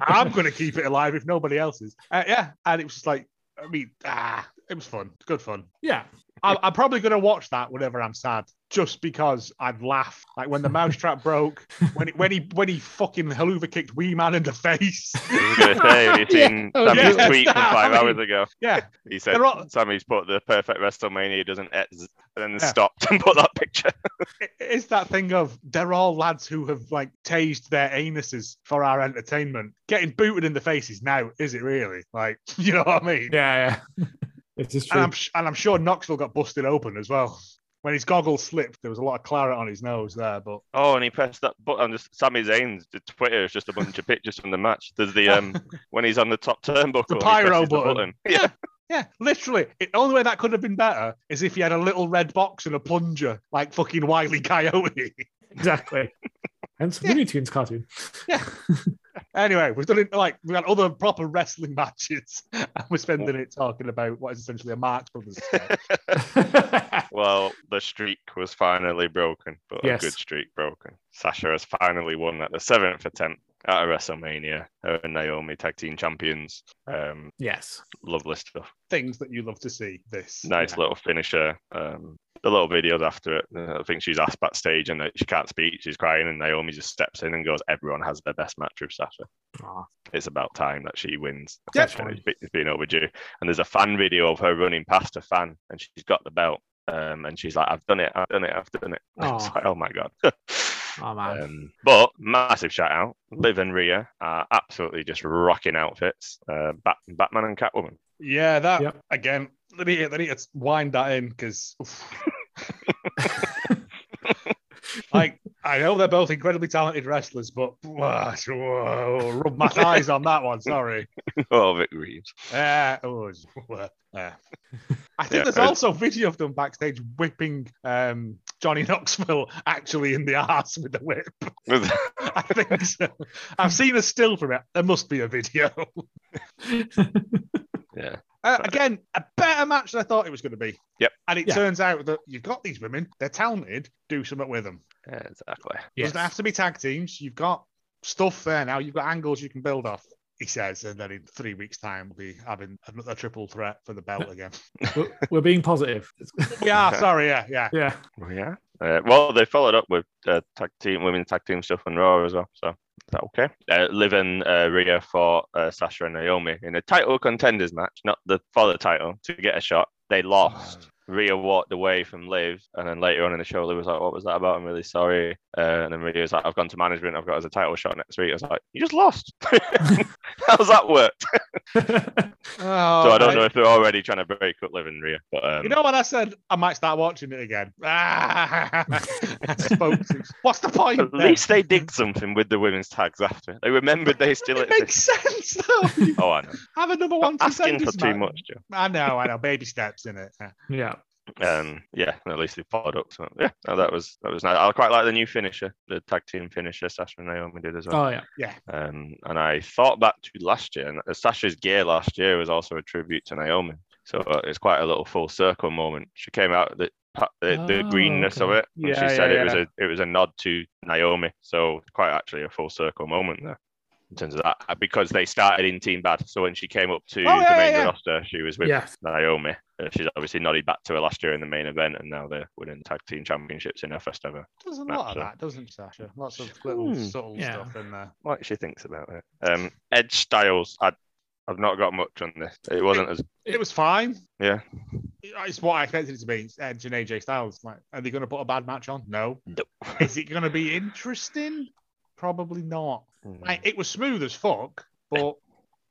S2: I'm going to keep it alive if nobody else is. Uh, yeah, and it was just like I mean, ah, it was fun, good fun.
S3: yeah.
S2: I'm, I'm probably going to watch that whenever I'm sad, just because I'd laugh. Like when the
S3: [LAUGHS]
S2: mousetrap broke, when he, when he when he fucking haluva kicked Wee Man in the
S3: [LAUGHS]
S2: face.
S1: I was going to say, have you
S3: Yeah.
S1: seen
S3: Oh,
S1: Sammy's
S2: [LAUGHS] yeah.
S1: tweet from five
S2: [LAUGHS] Sammy.
S1: hours ago?
S2: Yeah,
S1: He said
S2: They're all-
S1: Sammy's put the perfect WrestleMania doesn't ex, and then
S2: Yeah.
S1: stopped [LAUGHS] and put that picture.
S2: it- it's that thing of they're all lads who have like tased their anuses for our entertainment. Getting booted in the face is now, is it really? Like, [LAUGHS] you know what I mean?
S3: Yeah. Yeah. [LAUGHS] It is
S2: And
S3: true.
S2: I'm sh- and I'm sure Knoxville got busted open as well. When his goggles slipped, there was a lot of claret on his nose there, but
S1: Oh, and he pressed that button. Just Sami Zayn's Twitter is just a bunch of pictures from the match. There's the
S2: [LAUGHS]
S1: um when he's on the top turnbuckle.
S2: The
S1: and he
S2: pyro
S1: presses the
S2: button.
S1: [LAUGHS] Yeah,
S2: Yeah, literally. It, the only way that could have been better is if he had a little red box and a plunger, like fucking Wiley Coyote. [LAUGHS]
S3: exactly. And some
S2: Yeah.
S3: Looney Tunes cartoon. [LAUGHS]
S2: anyway, we've done it like we had other proper wrestling [LAUGHS] matches, and we're spending it talking about what is essentially a Marx Brothers. sketch.
S1: well, the streak was finally broken, but
S3: Yes.
S1: a good streak broken. Sasha has finally won at the seventh attempt at a WrestleMania. Her and Naomi tag team champions. Um,
S3: yes.
S1: lovely stuff.
S2: Things that you love to see. This
S1: nice little finisher. Um, the little videos after it, uh, I think she's asked backstage and that she can't speak, she's crying, and Naomi just steps in and goes, "Everyone has their best match with Sasha.
S3: Aw.
S1: It's about time that she wins.
S2: Yeah.
S1: Essentially, It's be- it's been overdue." And there's a fan video of her running past a fan, and she's got the belt, um, and she's like, "I've done it, I've done it, I've done it." [LAUGHS] It's
S3: Aw.
S1: like, "Oh my god." [LAUGHS]
S3: Oh, man.
S1: Um, but massive shout out, Liv and Rhea are absolutely just rocking outfits. Uh, Bat- Batman and Catwoman. [LAUGHS]
S2: Yeah, that
S3: Yep.
S2: again. They need, they need to wind that in because, like, I know they're both incredibly talented wrestlers, but whoa, whoa, rub my thighs on that one. Sorry.
S1: oh, Vic Reeves. [LAUGHS]
S2: Uh, [LAUGHS] oh, whoa, yeah. I think
S1: Yeah,
S2: there's
S1: I-
S2: also video of them backstage whipping um, Johnny [LAUGHS] Knoxville actually in the arse with the whip. I
S1: [LAUGHS]
S2: think so. I've seen a still from it. There must be a video. [LAUGHS]
S1: yeah.
S2: Uh, again, a better match than I thought it was going to be.
S1: Yep.
S2: And it
S3: Yeah.
S2: turns out that you've got these women; they're talented. Do something with them.
S1: Yeah, exactly.
S3: Yes.
S2: Doesn't have to be tag teams. You've got stuff there now. You've got angles you can build off. He says, and then in three weeks' time, we'll be having another triple threat for the belt
S1: [LAUGHS]
S2: again.
S3: We're- We're being positive.
S2: we are. Sorry. Yeah. Yeah.
S3: yeah. [LAUGHS]
S1: Well, yeah. Uh, well, they followed up with uh, tag team women tag team stuff on Raw as well. So is that okay. Uh, Liv and uh, Rhea fought uh, Sasha and Naomi in a title contenders match, not the for the title to get a shot. They lost. Rhea walked away from Liv, and then later on in the show, Liv was like, "What was that about? I'm really sorry." Uh, and then Rhea was like, "I've gone to management. I've got as a title shot next week." I was like, "You just lost. [LAUGHS] How's that worked?"
S2: Oh,
S1: so I don't
S2: right.
S1: know if they're already trying to break up Liv and Rhea, but um,
S2: You know what I said? I might start watching it again. [LAUGHS] Ah, I spoke to- What's the point?
S1: At
S2: then?
S1: least they did something with the women's tags after. They remembered they still
S2: it
S1: exist.
S2: makes sense though. You
S1: Oh, I
S2: [LAUGHS]
S1: know.
S2: Have a number one
S1: Not
S2: contenders
S1: asking for too
S2: match.
S1: much, Joe.
S2: I know, I know. Baby steps in it. Yeah.
S3: yeah.
S1: Um, yeah, at least they followed up. So yeah, no, that was that was nice. I quite like the new finisher, the tag team finisher Sasha and Naomi did as well.
S3: Oh, yeah.
S1: Um, and I thought back to last year, and Sasha's gear last year was also a tribute to Naomi. So uh, it's quite a little full circle moment. She came out that pa- the, the
S3: Oh,
S1: greenness of
S3: okay.
S1: it. And
S2: Yeah,
S1: she said
S2: yeah,
S1: it was
S2: yeah.
S1: a it was a nod to Naomi. So quite actually a full circle moment there in terms of that uh, because they started in Team Bad. So when she came up to
S2: Oh, yeah,
S1: the main
S2: yeah, yeah.
S1: roster, she was with
S3: Yes.
S1: Naomi. Uh, She's obviously nodded back to her last year in the main event, and now they're winning tag team championships in her first ever.
S2: There's a lot of
S1: Sasha.
S2: that, doesn't Sasha? Lots of little
S1: Hmm,
S2: subtle
S3: yeah.
S2: stuff in there.
S1: What she thinks about it. Um, Edge Styles, I, I've not got much on this. It wasn't as
S2: It was fine.
S1: yeah.
S2: It's what I expected it to be. It's Edge and AJ Styles. Like, are they going to put a bad match on? No.
S1: Nope. [LAUGHS]
S2: Is it going to be interesting? Probably not.
S1: Mm.
S2: Like, it was smooth as fuck, but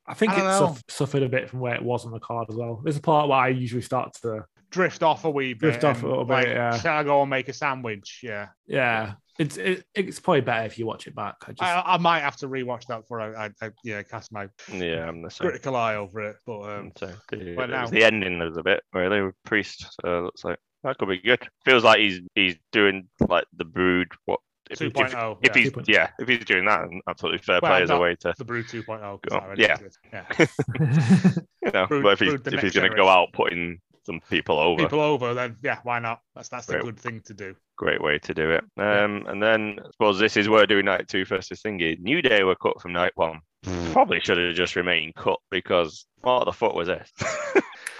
S3: I think
S2: I
S3: it
S2: don't know.
S3: suff- suffered a bit from where it was on the card as well. There's a part where I usually start to,
S2: drift off a wee bit.
S3: Drift off a
S2: and,
S3: little bit,
S2: like,
S3: yeah.
S2: Shall I go and make a sandwich? Yeah.
S3: yeah. It's it, it's probably better if you watch it back. I just,
S2: I, I might have to rewatch that before I, I, I yeah cast my
S1: yeah, I'm the same.
S2: critical eye over it. But um,
S1: Um, so the, it was
S2: but now-
S1: the ending was a bit really with Priest. So looks like that could be good. Feels like he's he's doing like the brood. What if, he-
S2: two
S1: if,
S2: point oh.
S1: if he's
S3: 2.0.
S1: yeah if he's doing that, then absolutely fair
S2: Well,
S1: play as a
S2: not-
S1: way to
S2: the brew two point oh.
S1: Go on. Yeah.
S2: yeah.
S3: [LAUGHS]
S1: you know.
S2: Brood-
S1: but if he's
S2: Brood the
S1: if he's
S2: next
S1: going to go
S2: generation.
S1: out putting some people over,
S2: people over, then yeah, why not? That's that's the
S1: Great.
S2: good thing to do.
S1: great way to do it. Um, and then I suppose this is where doing night two versus thingy. New Day were cut from night one.
S2: Hmm.
S1: Probably should have just remained cut because what the fuck was
S2: [LAUGHS]
S1: this?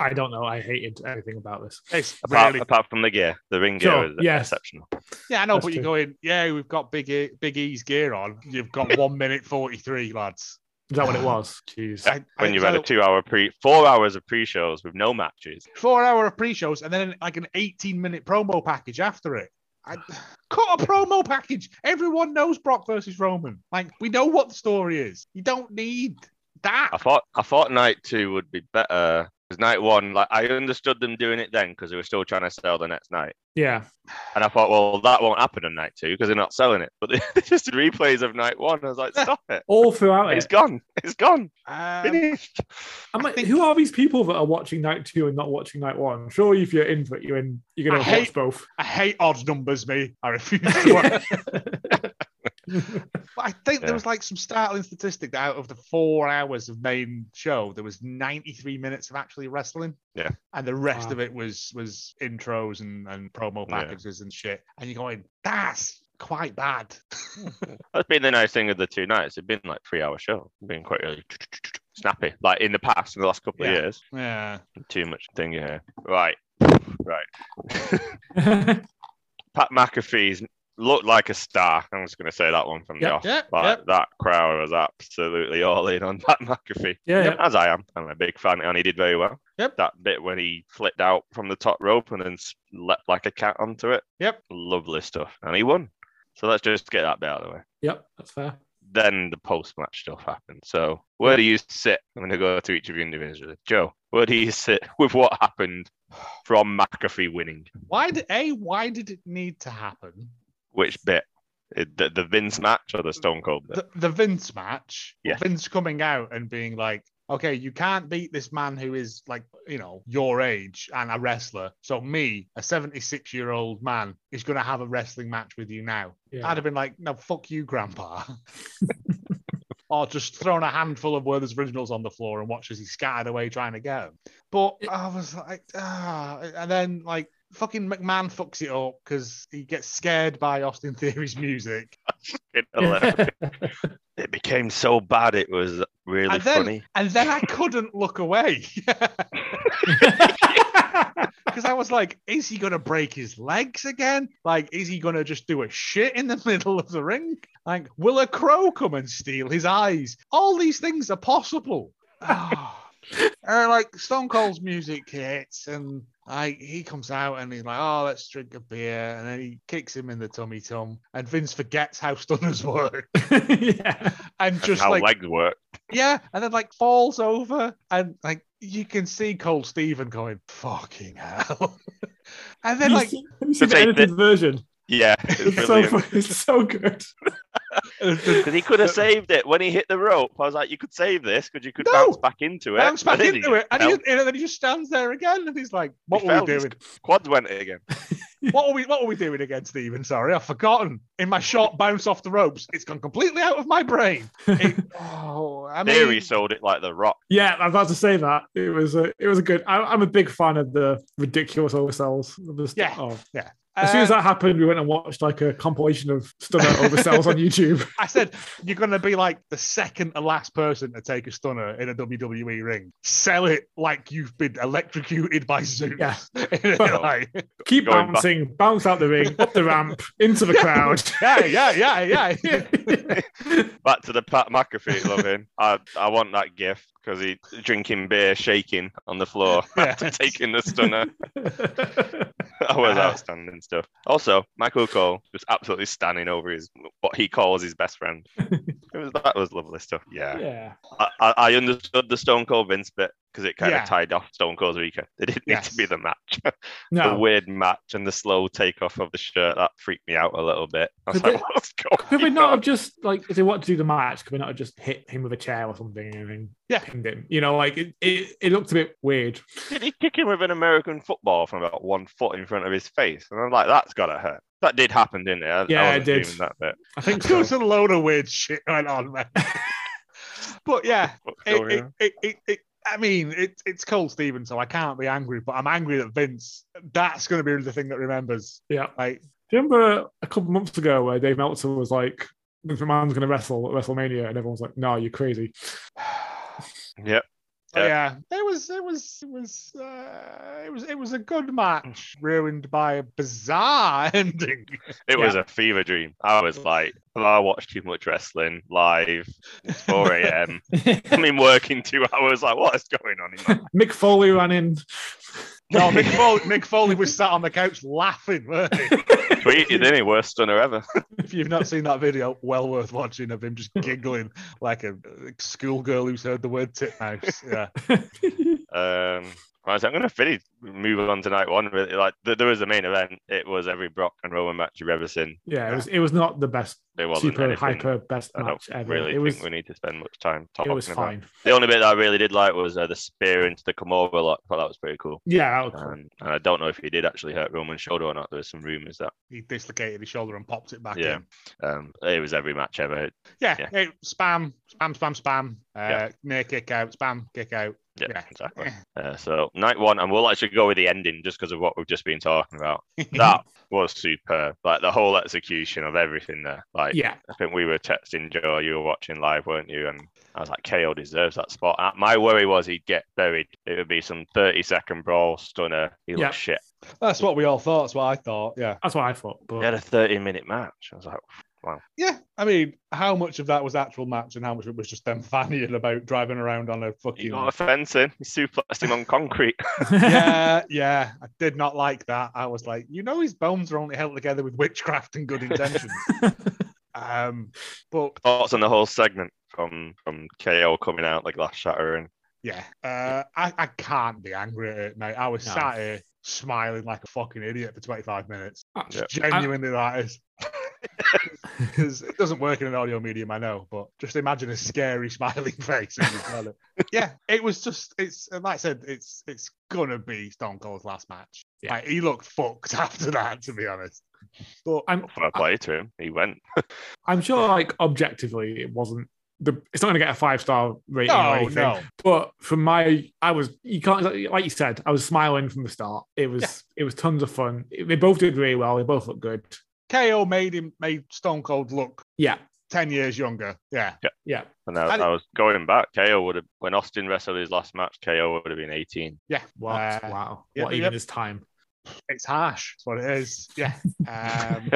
S3: I don't know. I hated everything about this.
S2: It's
S1: apart,
S2: really
S1: apart from the gear, the ring gear
S3: Sure,
S1: was
S3: yes.
S1: exceptional.
S2: yeah, I know,
S3: that's
S2: but you're
S3: true.
S2: going, yeah, we've got Big e, Big E's gear on. You've got one minute forty three, lads.
S3: Is that what it was? Jeez.
S2: I- I-
S1: When you've
S2: so
S1: had a two-hour pre, four hours of pre-shows with no matches.
S2: four hour of pre shows and then like an eighteen minute promo package after it. I, [SIGHS] cut a promo package. Everyone knows Brock versus Roman. Like we know what the story is. You don't need that.
S1: I thought I thought night two would be better because night one, like I understood them doing it then because they were still trying to sell the next night,
S3: yeah.
S1: and I thought, well, that won't happen on night two because they're not selling it. But [LAUGHS] they just did replays of night one. I was like, stop it.
S3: All
S2: Oh,
S3: throughout
S1: It's
S3: it.
S1: gone. It's gone.
S2: Um,
S1: Finished.
S3: I'm
S2: I
S3: like,
S2: think-
S3: who are these people that are watching night two and not watching night one? Surely if you're in for it, you're in you're gonna
S2: I
S3: watch
S2: hate- [LAUGHS]
S3: both. [LAUGHS]
S2: I hate odd numbers, me. I refuse to watch
S1: [LAUGHS]
S2: But I think
S1: Yeah.
S2: there was like some startling statistic that out of the four hours of main show, there was 93 minutes of actually wrestling.
S1: Yeah.
S2: And the rest
S3: Wow.
S2: of it was was intros and, and promo
S1: Yeah.
S2: packages and shit. And you're going, that's quite bad.
S1: That's been the nice thing of the two nights. It's been like three-hour show. It's been quite really snappy. Like in the past, in the last couple
S2: Yeah.
S1: of years,
S2: Yeah.
S1: too much thing here. Right, right. [LAUGHS]
S3: yeah.
S1: Pat McAfee's looked like a star. I'm just going to say that one from
S3: Yep.
S1: the off.
S2: Yeah.
S1: Like, That crowd was absolutely all in on [LAUGHS] Pat McAfee,
S3: yeah.
S1: as I am. I'm a big fan, and he did very well.
S2: Yep.
S1: That bit when he flipped out from the top rope and then s- leapt like a cat onto it.
S2: Yep.
S1: Lovely stuff. And he won. So let's just get that bit out of the way.
S3: Yep, that's fair.
S1: Then the post match stuff happened. So where do you sit? I'm going to go to each of you individually. Joe, where do you sit [LAUGHS] with what happened from McAfee winning?
S2: Why did A, why did it need to happen?
S1: Which bit? It- The, the Vince match or the Stone Cold bit?
S2: The, the Vince match,
S1: Yeah.
S2: Vince coming out and being like, okay, you can't beat this man who is like, you know, your age and a wrestler. So, me, a 76 year old man, is going to have a wrestling match with you now. I'd
S3: [LAUGHS] Yeah.
S2: have been like, no, fuck you, grandpa. [LAUGHS] or just thrown a handful of Werther's originals on the floor and watched as he scattered away trying to get him. But I was like, ah. And then, like, fucking McMahon fucks it up because he gets scared by Austin Theory's music.
S1: It
S3: [LAUGHS]
S2: [LAUGHS]
S1: it became so bad it was really
S2: And then-
S1: funny.
S2: And then I couldn't look away [LAUGHS] because I was like, is he going to break his legs again? Like, is he going to just do a shit in the [LAUGHS] middle of the ring? Like, will a crow come and steal his eyes? All these things are possible. Ah. and like Stone Cold's music hits, and like he comes out and he's like, "Oh, let's drink a beer," and then he kicks him in the tummy tum, and Vince forgets how stunners [LAUGHS] work,
S3: yeah.
S2: and just
S1: how
S2: like
S1: legs work.
S2: yeah, and then like falls over, and like you can see Cole Steven going, "Fucking hell!" [LAUGHS] and then
S3: You
S2: like [LAUGHS]
S3: see- [LAUGHS] have you seen
S1: But they-
S3: Edith's version?
S1: Yeah, it's
S3: It's so,
S1: brilliant.
S3: fu- it's so good.
S1: Because he could have saved it when he hit the rope. I was like, you could save this because you could
S2: No!
S1: bounce back into it.
S2: Bounce
S1: But
S2: back
S1: then
S2: into it, and,
S1: fell.
S2: he, and then he just stands there again, and he's like, "What
S1: He
S2: were we
S1: fell, he's-
S2: doing?
S1: Quads went it again.
S2: What were we? What were we doing again, Stephen? Sorry, I've forgotten. In my short bounce off the ropes, it's gone completely out of my
S3: [LAUGHS]
S2: brain. It- oh, I mean,
S1: Theory sold it like the Rock.
S3: Yeah, I was about to say that. It was a, it was a good. I, I'm a big fan of the ridiculous oversells. of the stu-
S2: Yeah.
S3: oh. As soon
S2: uh,
S1: um,
S3: as that happened, we went and watched like a compilation of
S1: [LAUGHS]
S3: stunner oversells on YouTube.
S2: I said you're going to be like the second to last person to take a stunner in a WWE ring. Sell it like you've been electrocuted by Zeus.
S3: Yeah.
S2: [LAUGHS] Like,
S3: Keep
S1: Going back.
S3: bouncing, bounce out the ring, up the ramp, into
S1: [LAUGHS]
S3: the crowd.
S2: yeah, yeah, yeah, yeah, yeah.
S1: Back to the Pat McAfee loving. I, I want that gif because he drinking beer, shaking on the floor [LAUGHS] after taking the stunner. [LAUGHS] That was
S2: Ah.
S1: outstanding stuff. Also, Michael Cole just absolutely standing over his what he calls his best friend. it was that was lovely stuff. Yeah.
S3: yeah.
S1: I, I I understood the Stone Cold Vince bit because it kind
S2: Yeah.
S1: of tied off Stone Cold's weekend. It didn't need
S2: Yes.
S1: to be the match. [LAUGHS] the
S3: No.
S1: weird match and the slow takeoff of the shirt that freaked me out a little bit. I was
S3: Could
S1: like,
S3: they-
S1: [LAUGHS] what's going
S3: Could we
S1: on?
S3: not have just like if they want to do the match? Could we not have just hit him with a chair or something and then
S2: Yeah.
S3: pinned him? You know, like it, it, it looked a bit weird.
S1: Did he kick him with an American football from about one foot in front of his face? And I'm like, that's gotta hurt. That did happen, didn't it? I, I
S3: Yeah, it
S1: wasn't
S3: did.
S1: dreaming That bit.
S3: I think
S2: There
S3: so.
S2: was a load of weird shit going on, man. but yeah,
S1: What's
S2: it,
S1: going
S2: it,
S1: on?
S2: it, it, it, I mean, it, it's Cole Steven, so I can't be angry, but I'm angry that Vince, that's going to be the thing that remembers.
S3: Yeah.
S2: Like,
S3: Do you remember a couple months ago where Dave Meltzer was like, Vince McMahon's going to wrestle at WrestleMania, and everyone's like, "No, you're crazy."
S1: Yep.
S2: But
S1: Yeah.
S2: Oh, yeah, it was it was it was uh, it was it was a
S1: [LAUGHS]
S2: good match, ruined by a bizarre [LAUGHS] ending.
S1: It was a fever dream. I was like, well, I watched too much wrestling live, 4
S3: [LAUGHS]
S1: a.m. I'm in working two hours. Like, what is going on in my
S3: Mick Foley
S1: [LAUGHS]
S3: ran in.
S2: no, Mick Foley, Mick Foley was sat on the couch laughing. Weren't he?
S1: tweet? Didn't he? Worst stunner ever.
S2: If you've not seen that video, well worth watching of
S1: [LAUGHS]
S2: him just giggling like a schoolgirl who's heard the word titmouse. Yeah,
S1: Um, right, so I'm going to finish move on to night one. Really, like th- there was a main event. It was every Brock and Roman match you've ever seen.
S3: yeah, it was. It was not the best,
S1: There wasn't
S3: super
S1: anything
S3: hyper best
S1: I don't
S3: match ever.
S1: really
S3: it was.
S1: think we need to spend much time talking
S3: It was
S1: about.
S3: fine.
S1: The only bit that I really did like was uh, the spear into the Kimura lock. Well, that was pretty cool.
S3: Yeah, that was cool.
S1: And, and I don't know if he did actually hurt Roman's shoulder or not. There was some rumors that
S2: he dislocated his shoulder and popped it back
S1: Yeah.
S2: in.
S1: um, it was every match ever.
S2: Yeah,
S1: Yeah.
S2: it- spam, spam, spam, spam. Uh,
S1: Yeah.
S2: Near kick out, spam, kick out.
S1: Yeah,
S2: Yeah.
S1: exactly. Uh, so night one, and we'll actually go with the ending just because of what we've just been talking
S3: [LAUGHS]
S1: about.
S2: yeah,
S1: That was superb. Like the whole execution of everything there. Like
S3: Yeah,
S1: I think we were texting Joe, you were watching live, weren't you? And I was like, KO deserves that spot. Uh, My worry was he'd get buried. It would be some 30 second brawl stunner. He looked
S3: Yeah.
S1: shit.
S2: [LAUGHS] that's what we all thought. That's what I thought. Yeah.
S3: that's what I thought. But
S1: He had a 30 minute match. I was like,
S2: Yeah, I mean, how much of that was actual match and how much of it was just them [LAUGHS] fanning about driving around on a
S1: he
S2: fucking.
S1: got a fence in. He suplexed him on concrete. [LAUGHS]
S2: yeah, yeah, I did not like that. I was like, you know, his bones are only held together with witchcraft and good intentions. um, but
S1: Thoughts on the whole segment from from KO coming out like glass shattering.
S2: yeah, uh, I, I can't be angry at it, mate. I was
S3: No.
S2: sat here smiling like a fucking idiot for 25 minutes.
S3: Uh,
S1: Yeah.
S2: Genuinely, that [LAUGHS] is. Because it doesn't work in an audio medium, I know, but just imagine a scary [LAUGHS] smiling face. And you tell it. Yeah, it was just it's and like I said, it's it's gonna be Stone Cold's last match.
S3: Yeah.
S2: Like, he looked fucked [LAUGHS] after that, to be honest. But
S3: I'm
S1: Fair play to him. He went.
S3: [LAUGHS] I'm sure like objectively it wasn't the it's not going to get a five star rating or
S2: no,
S3: anything.
S2: no,
S3: But from my I was you can't like you said I was smiling from the start. It was it was tons of fun. They both did really well. They both looked good.
S2: KO made him made Stone Cold look
S3: Yeah,
S2: ten years younger. Yeah,
S3: yeah,
S1: And I,
S2: And-
S1: I was going back. KO would have when Austin wrestled his last match. KO would have been 18.
S3: wow,
S2: Uh,
S3: wow,
S2: yeah,
S3: what
S2: yeah.
S3: even is time? [LAUGHS]
S2: it's harsh. That's what it is. [LAUGHS] Yeah. Um,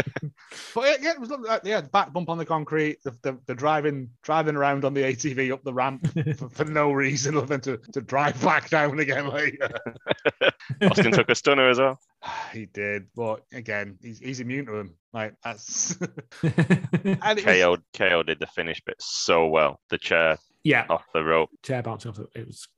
S2: but yeah, yeah, it was lovely. Uh, yeah, the back bump on the concrete, the, the, the driving driving around on the ATV up the [LAUGHS] ramp for, for no reason other than to, to drive [LAUGHS] back down again later. [SIGHS]
S1: Austin took
S2: [LAUGHS]
S1: a stunner as well.
S2: he did, but again, he's, he's immune to him. Like that's [LAUGHS] and it was-
S1: KO KO did the finish bit so well. The chair
S3: yeah,
S2: Oh.
S1: off the rope.
S3: chair bouncing off. the- It was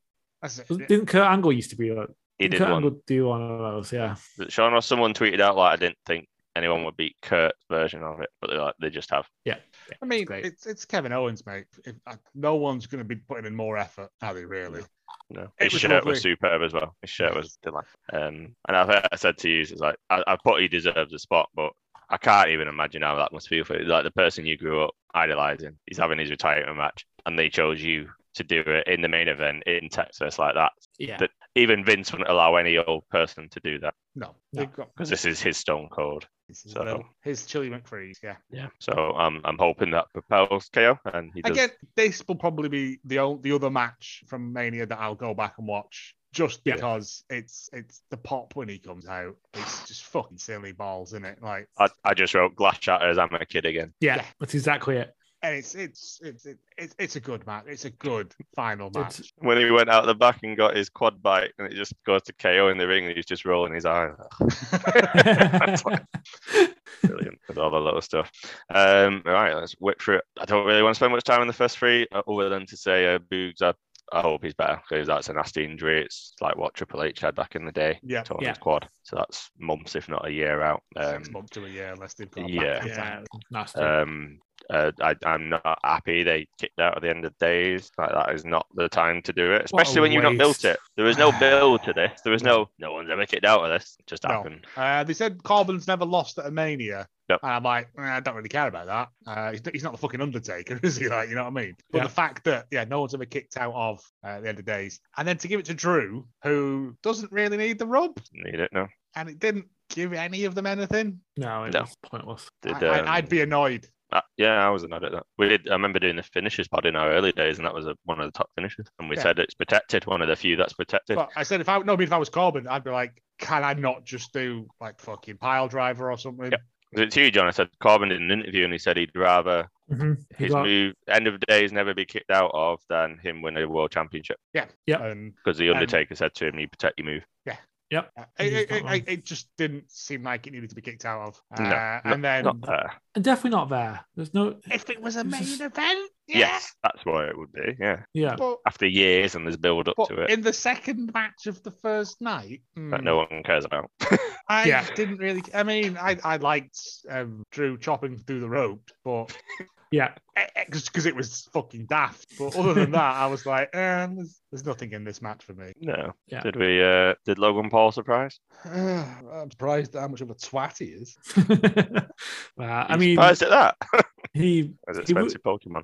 S2: that's it.
S3: didn't Kurt Angle used to be like
S1: He did
S3: Kurt
S1: one.
S3: Angle do one of those? Yeah,
S1: Sean or someone tweeted out like I didn't think anyone would beat Kurt's version of it, but they like they just have.
S3: Yeah,
S2: I mean,
S3: great.
S2: it's it's Kevin Owens, mate. If, uh, no one's going to be putting in more effort, are they really?
S1: You know.
S2: It
S1: His
S2: was
S1: shirt was
S2: lovely.
S1: superb as well. His shirt was delightful. Um, and I think I said to you, it's like I, I put he deserves a spot, but I can't even imagine how that must feel for you. like the person you grew up idolizing. He's having his retirement match, and they chose you to do it in the main event in Texas like that.
S3: Yeah.
S1: That- Even Vince wouldn't allow any old person to do that
S2: No,
S3: No.
S2: they've got
S1: because this is his Stone Cold.
S2: this is
S1: so-
S2: little- his Chili McFreeze. Yeah.
S1: Yeah. So I'm I'm hoping that propels KO and he does.
S2: Again, this will probably be the o- the other match from Mania that I'll go back and watch just
S3: Yeah.
S2: because it's it's the pop when he comes out. It's just fucking silly balls, isn't it? Like,
S1: I, I just wrote glass shatters. I'm a kid again.
S3: yeah,
S2: yeah.
S3: that's exactly
S2: [LAUGHS]
S3: it.
S2: and it's it's it's it- it's it's a good match. It's a good final match.
S3: It's-
S1: When he went out the back and got his quad bike, and it just goes to KO in the ring, and he's just rolling his eyes. [LAUGHS]
S3: [LAUGHS]
S1: Brilliant with all the little stuff. Um, all right, let's whip through it. I don't really want to spend much time on the first three, uh, other than to say, uh, Boogs, I, I hope he's better because that's a nasty injury. It's like what Triple H had back in the day,
S2: [LAUGHS] Yeah,
S1: torn
S3: Yeah.
S1: his quad. So that's months, if not a year out. Um,
S2: six months to a year unless they've got.
S1: yeah.
S2: back in
S3: yeah,
S2: time.
S3: nasty.
S1: Um, uh, I, I'm not happy they kicked out at the end of days. Like that is not the time to do it,
S3: What a
S1: especially when you've not built
S3: waste.
S1: it. There was no build to this. There was
S2: [SIGHS]
S1: no no one's ever kicked out of this. It just
S2: No.
S1: happened.
S2: Uh, they said Corbin's never lost at a Mania.
S1: Yep.
S2: And I'm like, eh, I don't really care about that. Uh, he's, he's not the fucking Undertaker, [LAUGHS] is he? Like, you know what I mean? But
S3: Yeah.
S2: the fact that, yeah, no one's ever kicked out of uh, at the end of days. And then to give it to Drew, who doesn't really need the rub,
S1: Need it? No.
S2: and it didn't give any of them anything.
S3: no, it
S1: no.
S3: was pointless.
S1: Did,
S2: I, I,
S1: um,
S2: I'd be annoyed.
S1: uh, yeah, I was annoyed at that. We did. I remember doing the finishes pod in our early days, and that was a, one of the top finishes. And we
S2: Yeah.
S1: said it's protected, one of the few that's protected.
S2: But I said, if I, no, I mean, if I was Corbin, I'd be like, can I not just do like fucking pile driver or something?
S1: Yep. 'Cause it's huge. John. I said Corbin did an interview, and he said he'd rather
S3: Mhm.
S1: his
S3: Got-
S1: move end of days never be kicked out of than him win a world championship
S3: Yep.
S2: And
S1: because the
S2: Um,
S1: Undertaker said to him, "You protect your move."
S3: Yep.
S2: uh,
S3: He's
S2: it,
S3: not
S2: it,
S3: wrong.
S2: it, it just didn't seem like it needed to be kicked out of. Uh,
S1: No,
S2: and then
S1: Not there.
S3: And definitely not there. There's no.
S2: if it was a
S3: This
S2: main
S3: is-
S2: event, yeah.
S1: Yes, that's why it would be. Yeah.
S3: Yeah.
S2: But,
S1: after years and there's build up
S2: but
S1: to it
S2: in the second match of the first night,
S1: that
S2: mm,
S1: no one cares about.
S2: I
S3: Yeah.
S2: didn't really. I mean, I, I liked um, Drew chopping through the rope, but eh,
S3: Yeah. [LAUGHS]
S2: because it was fucking daft. But other than that, I was like, [LAUGHS] eh, there's, there's nothing in this match for me.
S1: No.
S3: Yeah.
S1: Did we uh did Logan Paul surprise?
S2: [SIGHS] I'm surprised at how much of a twat he is.
S3: Uh, I
S1: You
S3: mean,
S1: surprised at that.
S3: he
S1: As
S3: he was
S1: expensive Pokemon.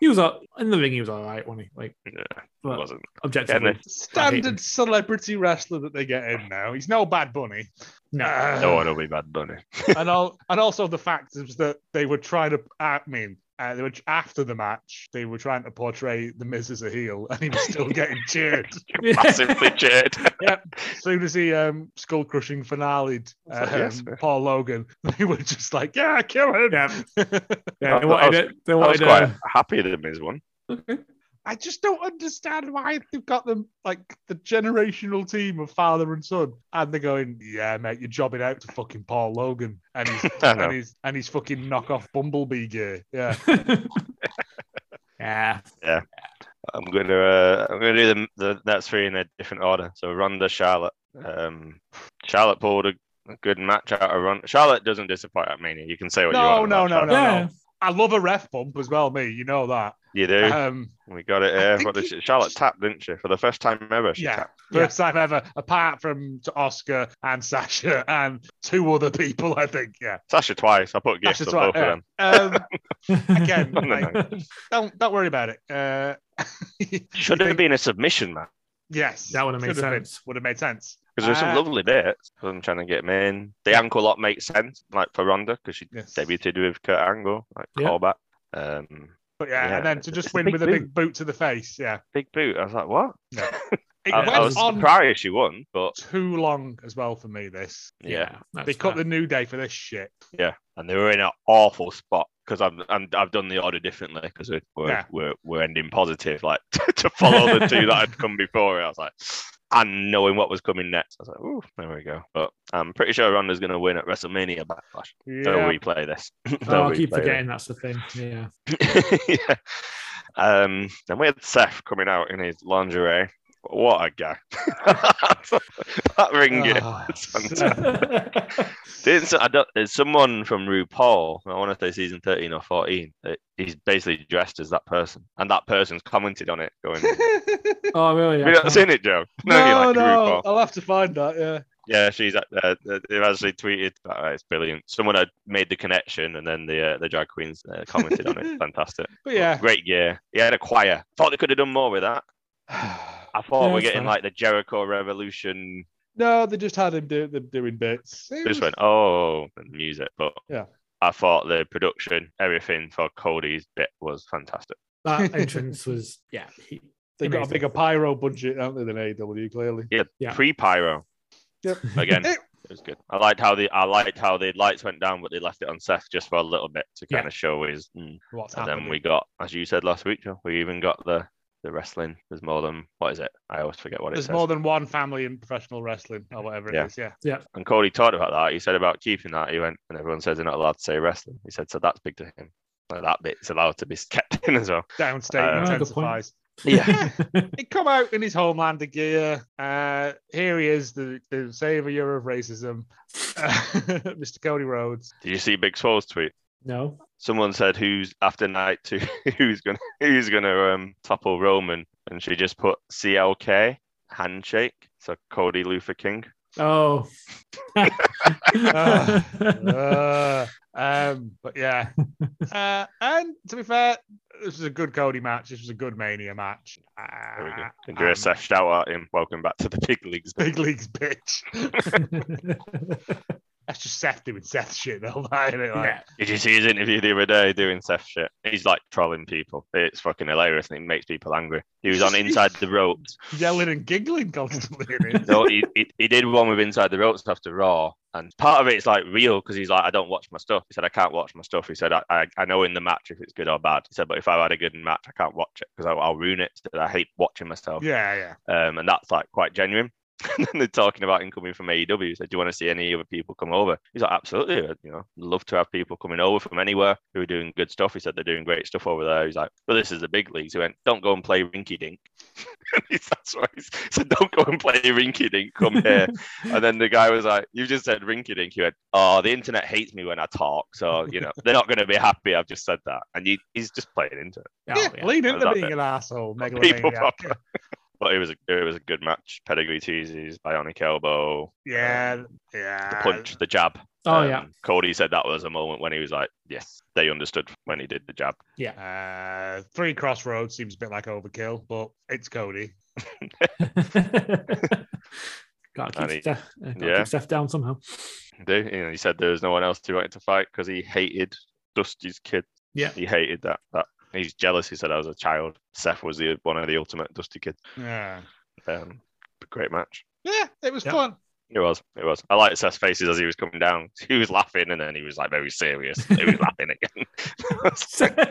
S3: he was all, in the ring. He was all right, wasn't he? Like,
S1: Yeah, it
S3: but
S1: wasn't.
S3: objectively,
S1: Kenneth.
S3: him.
S2: Standard celebrity wrestler that they get in now. He's no bad bunny.
S3: no.
S2: Uh,
S1: No one will be bad bunny.
S3: [LAUGHS]
S2: and all, and also the fact is that they were trying to. I mean, uh, they were after the match. They were trying to portray the Miz as a heel, and he was
S1: [LAUGHS]
S2: still getting cheered.
S3: [LAUGHS]
S1: Massively cheered.
S2: As soon as he um, skull crushing finale um,
S1: like, yes, man.
S2: Paul Logan, [LAUGHS] they were just like, "Yeah, kill him."
S3: Yeah.
S1: I-
S3: yeah,
S1: I
S3: they wanted
S1: was-
S3: it. They
S1: I was
S3: wanted
S1: quite
S3: uh,
S1: happy that Miz won.
S2: [LAUGHS] I just don't understand why they've got them like the generational team of father and son, and they're going, "Yeah, mate, you're jobbing out to fucking Paul Logan," and he's
S1: [LAUGHS] I know.
S2: and he's and he's fucking knockoff Bumblebee gear. Yeah.
S3: [LAUGHS] yeah.
S1: I'm gonna uh, I'm gonna do the, the next three in a different order. So Ronda, Charlotte. Um, Charlotte pulled a, a good match out of Ronda. Charlotte doesn't disappoint at Mania. You can say what you
S2: No,
S1: want. about
S2: no, no,
S1: Charlotte.
S2: no.
S3: Yeah.
S2: I love a ref bump as well, me. You know that.
S1: You do.
S2: Um,
S1: we got it.
S2: I
S1: here.
S2: think
S1: What did
S2: he-
S1: she- Charlotte tapped, didn't she? For the first time ever, she
S2: yeah,
S1: tapped.
S2: first time ever, apart from to Oscar and Sasha and two other people, I think. Yeah,
S1: Sasha twice. I put gifts
S2: Sasha
S1: on
S2: twice,
S1: both
S2: yeah.
S1: of them.
S3: [LAUGHS]
S1: [LAUGHS]
S2: um, again,
S1: No, no,
S2: like,
S1: no.
S2: don't don't worry about it. Uh, [LAUGHS]
S1: Should have been a submission match
S2: yes,
S3: That would've made sense. Ah.
S2: Would have made sense.
S1: because there's some
S2: Uh,
S1: lovely bits. I'm trying to get them in. The ankle lot makes sense, like for Ronda, because she
S2: Yes.
S1: debuted with Kurt Angle, like
S3: Yeah.
S1: callback. Um,
S2: But yeah,
S1: Yeah,
S2: and then to just
S1: it's a
S2: win
S1: big
S2: with a big boot to the face. Yeah,
S1: big boot. I was like, what?
S2: it
S1: Uh, I,
S2: went
S1: I was
S2: on
S1: surprised she won, but
S2: too long as well for me. This
S1: yeah.
S3: that's
S2: they cut
S3: fair.
S2: the new day for this shit.
S1: And they were in an awful spot because I'm, I'm I've done the order differently because we're we're,
S2: Yeah.
S1: we're we're ending positive, like [LAUGHS] to follow the two that had come before. I was like. And knowing what was coming next, I was like, "Ooh, there we go." But I'm pretty sure Ronda's going to win at WrestleMania Backlash. They'll
S2: Yeah.
S1: replay this. [LAUGHS]
S3: Oh,
S1: They'll
S3: I keep
S1: replay this.
S3: forgetting that's the thing. Yeah.
S1: [LAUGHS] yeah. Um, then we had Seth coming out in his lingerie. What a guy! [LAUGHS] that ring. [LAUGHS]
S2: Ah, [LAUGHS]
S1: Didn't so- I don't, it's someone from RuPaul, I want to say season 13 or 14, that he's basically dressed as that person. And that person's commented on it
S2: [LAUGHS]
S1: going, Have
S3: [LAUGHS] oh, really?
S1: you not seen it, Joe? [LAUGHS] you
S2: no,
S1: like
S2: no,
S1: RuPaul.
S2: I'll have to find that. Yeah.
S1: Yeah, she's uh, uh, they've actually tweeted that. uh, it's brilliant. Someone had made the connection and then the uh, the drag queens uh, commented on
S2: [LAUGHS]
S1: it. Fantastic.
S2: But yeah. [SIGHS]
S1: Great gear. He had a choir. Thought they could have done more with that. I thought
S3: Yeah,
S1: we're
S3: it's
S1: getting
S3: fine.
S1: like the Jericho Revolution.
S2: no, they just had him do them doing bits. It
S1: Just
S2: was-
S1: went, oh, and music. But
S2: Yeah.
S1: I thought the production, everything for Cody's bit was fantastic.
S3: that entrance was yeah. He,
S2: They got a
S3: Amazing.
S2: bigger pyro budget, haven't they, than AW? Clearly.
S3: Yeah.
S1: Pre pyro.
S2: Yep. [LAUGHS]
S1: Again,
S2: It-
S1: it was good. I liked how the I liked how the lights went down, but they left it on Seth just for a little bit to kind
S3: Yeah.
S1: of show his. mm.
S2: What's
S1: And
S2: happening?
S1: then we got, as you said last week, Joe, we even got the the wrestling. There's more than what is it? I always forget what it
S2: There's
S1: says.
S2: more than one family in professional wrestling or whatever
S1: Yeah.
S2: it is. Yeah.
S1: And Cody talked about that. He said about keeping that. He went, and everyone says they're not allowed to say wrestling. He said, so that's big to him. Like that bit's allowed to be kept in as well.
S2: Downstate
S1: Uh,
S3: Oh, good point.
S2: intensifies.
S1: Yeah.
S2: he come out in his homeland of gear. Uh, here he is, the, the savior of racism, [LAUGHS] Mr. Cody
S1: [LAUGHS]
S2: Rhodes.
S1: [LAUGHS] Did you see Big Swole's tweet?
S3: no.
S1: Someone said, "Who's after night two? [LAUGHS] who's gonna who's gonna um, topple Roman?" And she just put CLK handshake. So Cody Luther King.
S3: [LAUGHS] Oh.
S2: Uh, um, but yeah, uh, and to be fair, this was a good Cody match. This was a good Mania match.
S1: There we go.
S2: Ah,
S1: And do a
S2: um,
S1: Seth shout out him. Welcome back to the big leagues.
S2: Big leagues, bitch. That's just Seth doing Seth shit though, right? Like,
S3: yeah.
S1: Did you see his interview the other day doing Seth shit? He's like trolling people. It's fucking hilarious and it makes people angry. He
S2: [LAUGHS]
S1: was on Inside the Ropes.
S2: yelling and giggling constantly. In it.
S1: No, he, he, he did one with Inside the Ropes after Raw. And part of it's like real because he's like, I don't watch my stuff. He said, I can't watch my stuff. He said, I, I, I know in the match if it's good or bad. He said, but if I've had a good match, I can't watch it because I'll, I'll ruin it. He said, I hate watching myself.
S2: Yeah, yeah.
S1: Um, and that's like quite genuine. [LAUGHS] and then they're talking about him coming from AEW. He said, Do you want to see any other people come over? He's like, Absolutely. I'd, You know, love to have people coming over from anywhere who are doing good stuff. He said, They're doing great stuff over there. He's like, Well, this is the big leagues. He went, Don't go and play rinky dink. [LAUGHS] That's right. He said, Don't go and play rinky dink. Come
S3: [LAUGHS]
S1: here. and then the guy was like, You just said rinky dink. He went, Oh, the internet hates me when I talk. So, you know, they're not going to be happy. I've just said that. And he, he's just playing into it.
S2: yeah,
S3: Oh, yeah.
S2: lean
S1: I
S2: into
S1: love
S2: being
S1: it.
S2: an asshole,
S1: People
S2: megalomaniac.
S1: proper. But it was a it was a good match. Pedigree teases, bionic elbow,
S2: Yeah, yeah.
S1: the punch, the jab.
S3: Oh yeah.
S1: Um, Cody said that was a moment when he was like, "Yes, they understood when he did the jab."
S3: Yeah.
S2: Uh, three crossroads seems a bit like overkill, but it's Cody.
S3: [LAUGHS] Gotta
S1: And
S3: keep,
S1: he-
S3: Steph, uh, gotta
S1: yeah.
S3: keep Steph
S1: [LAUGHS]
S3: down somehow.
S1: They- you know, he said there was no one else he wanted to fight because he hated Dusty's kid.
S3: Yeah.
S1: he hated that. That he's jealous. He said, "I was a child." Seth was the one of the ultimate Dusty kids.
S2: Yeah,
S1: Um, but great match.
S2: yeah. It was
S3: Yeah.
S2: fun.
S1: It was. It was. I liked Seth's faces as he was coming down. [LAUGHS] He was laughing, and then he was like very serious. he
S3: [LAUGHS]
S1: was laughing again. [LAUGHS]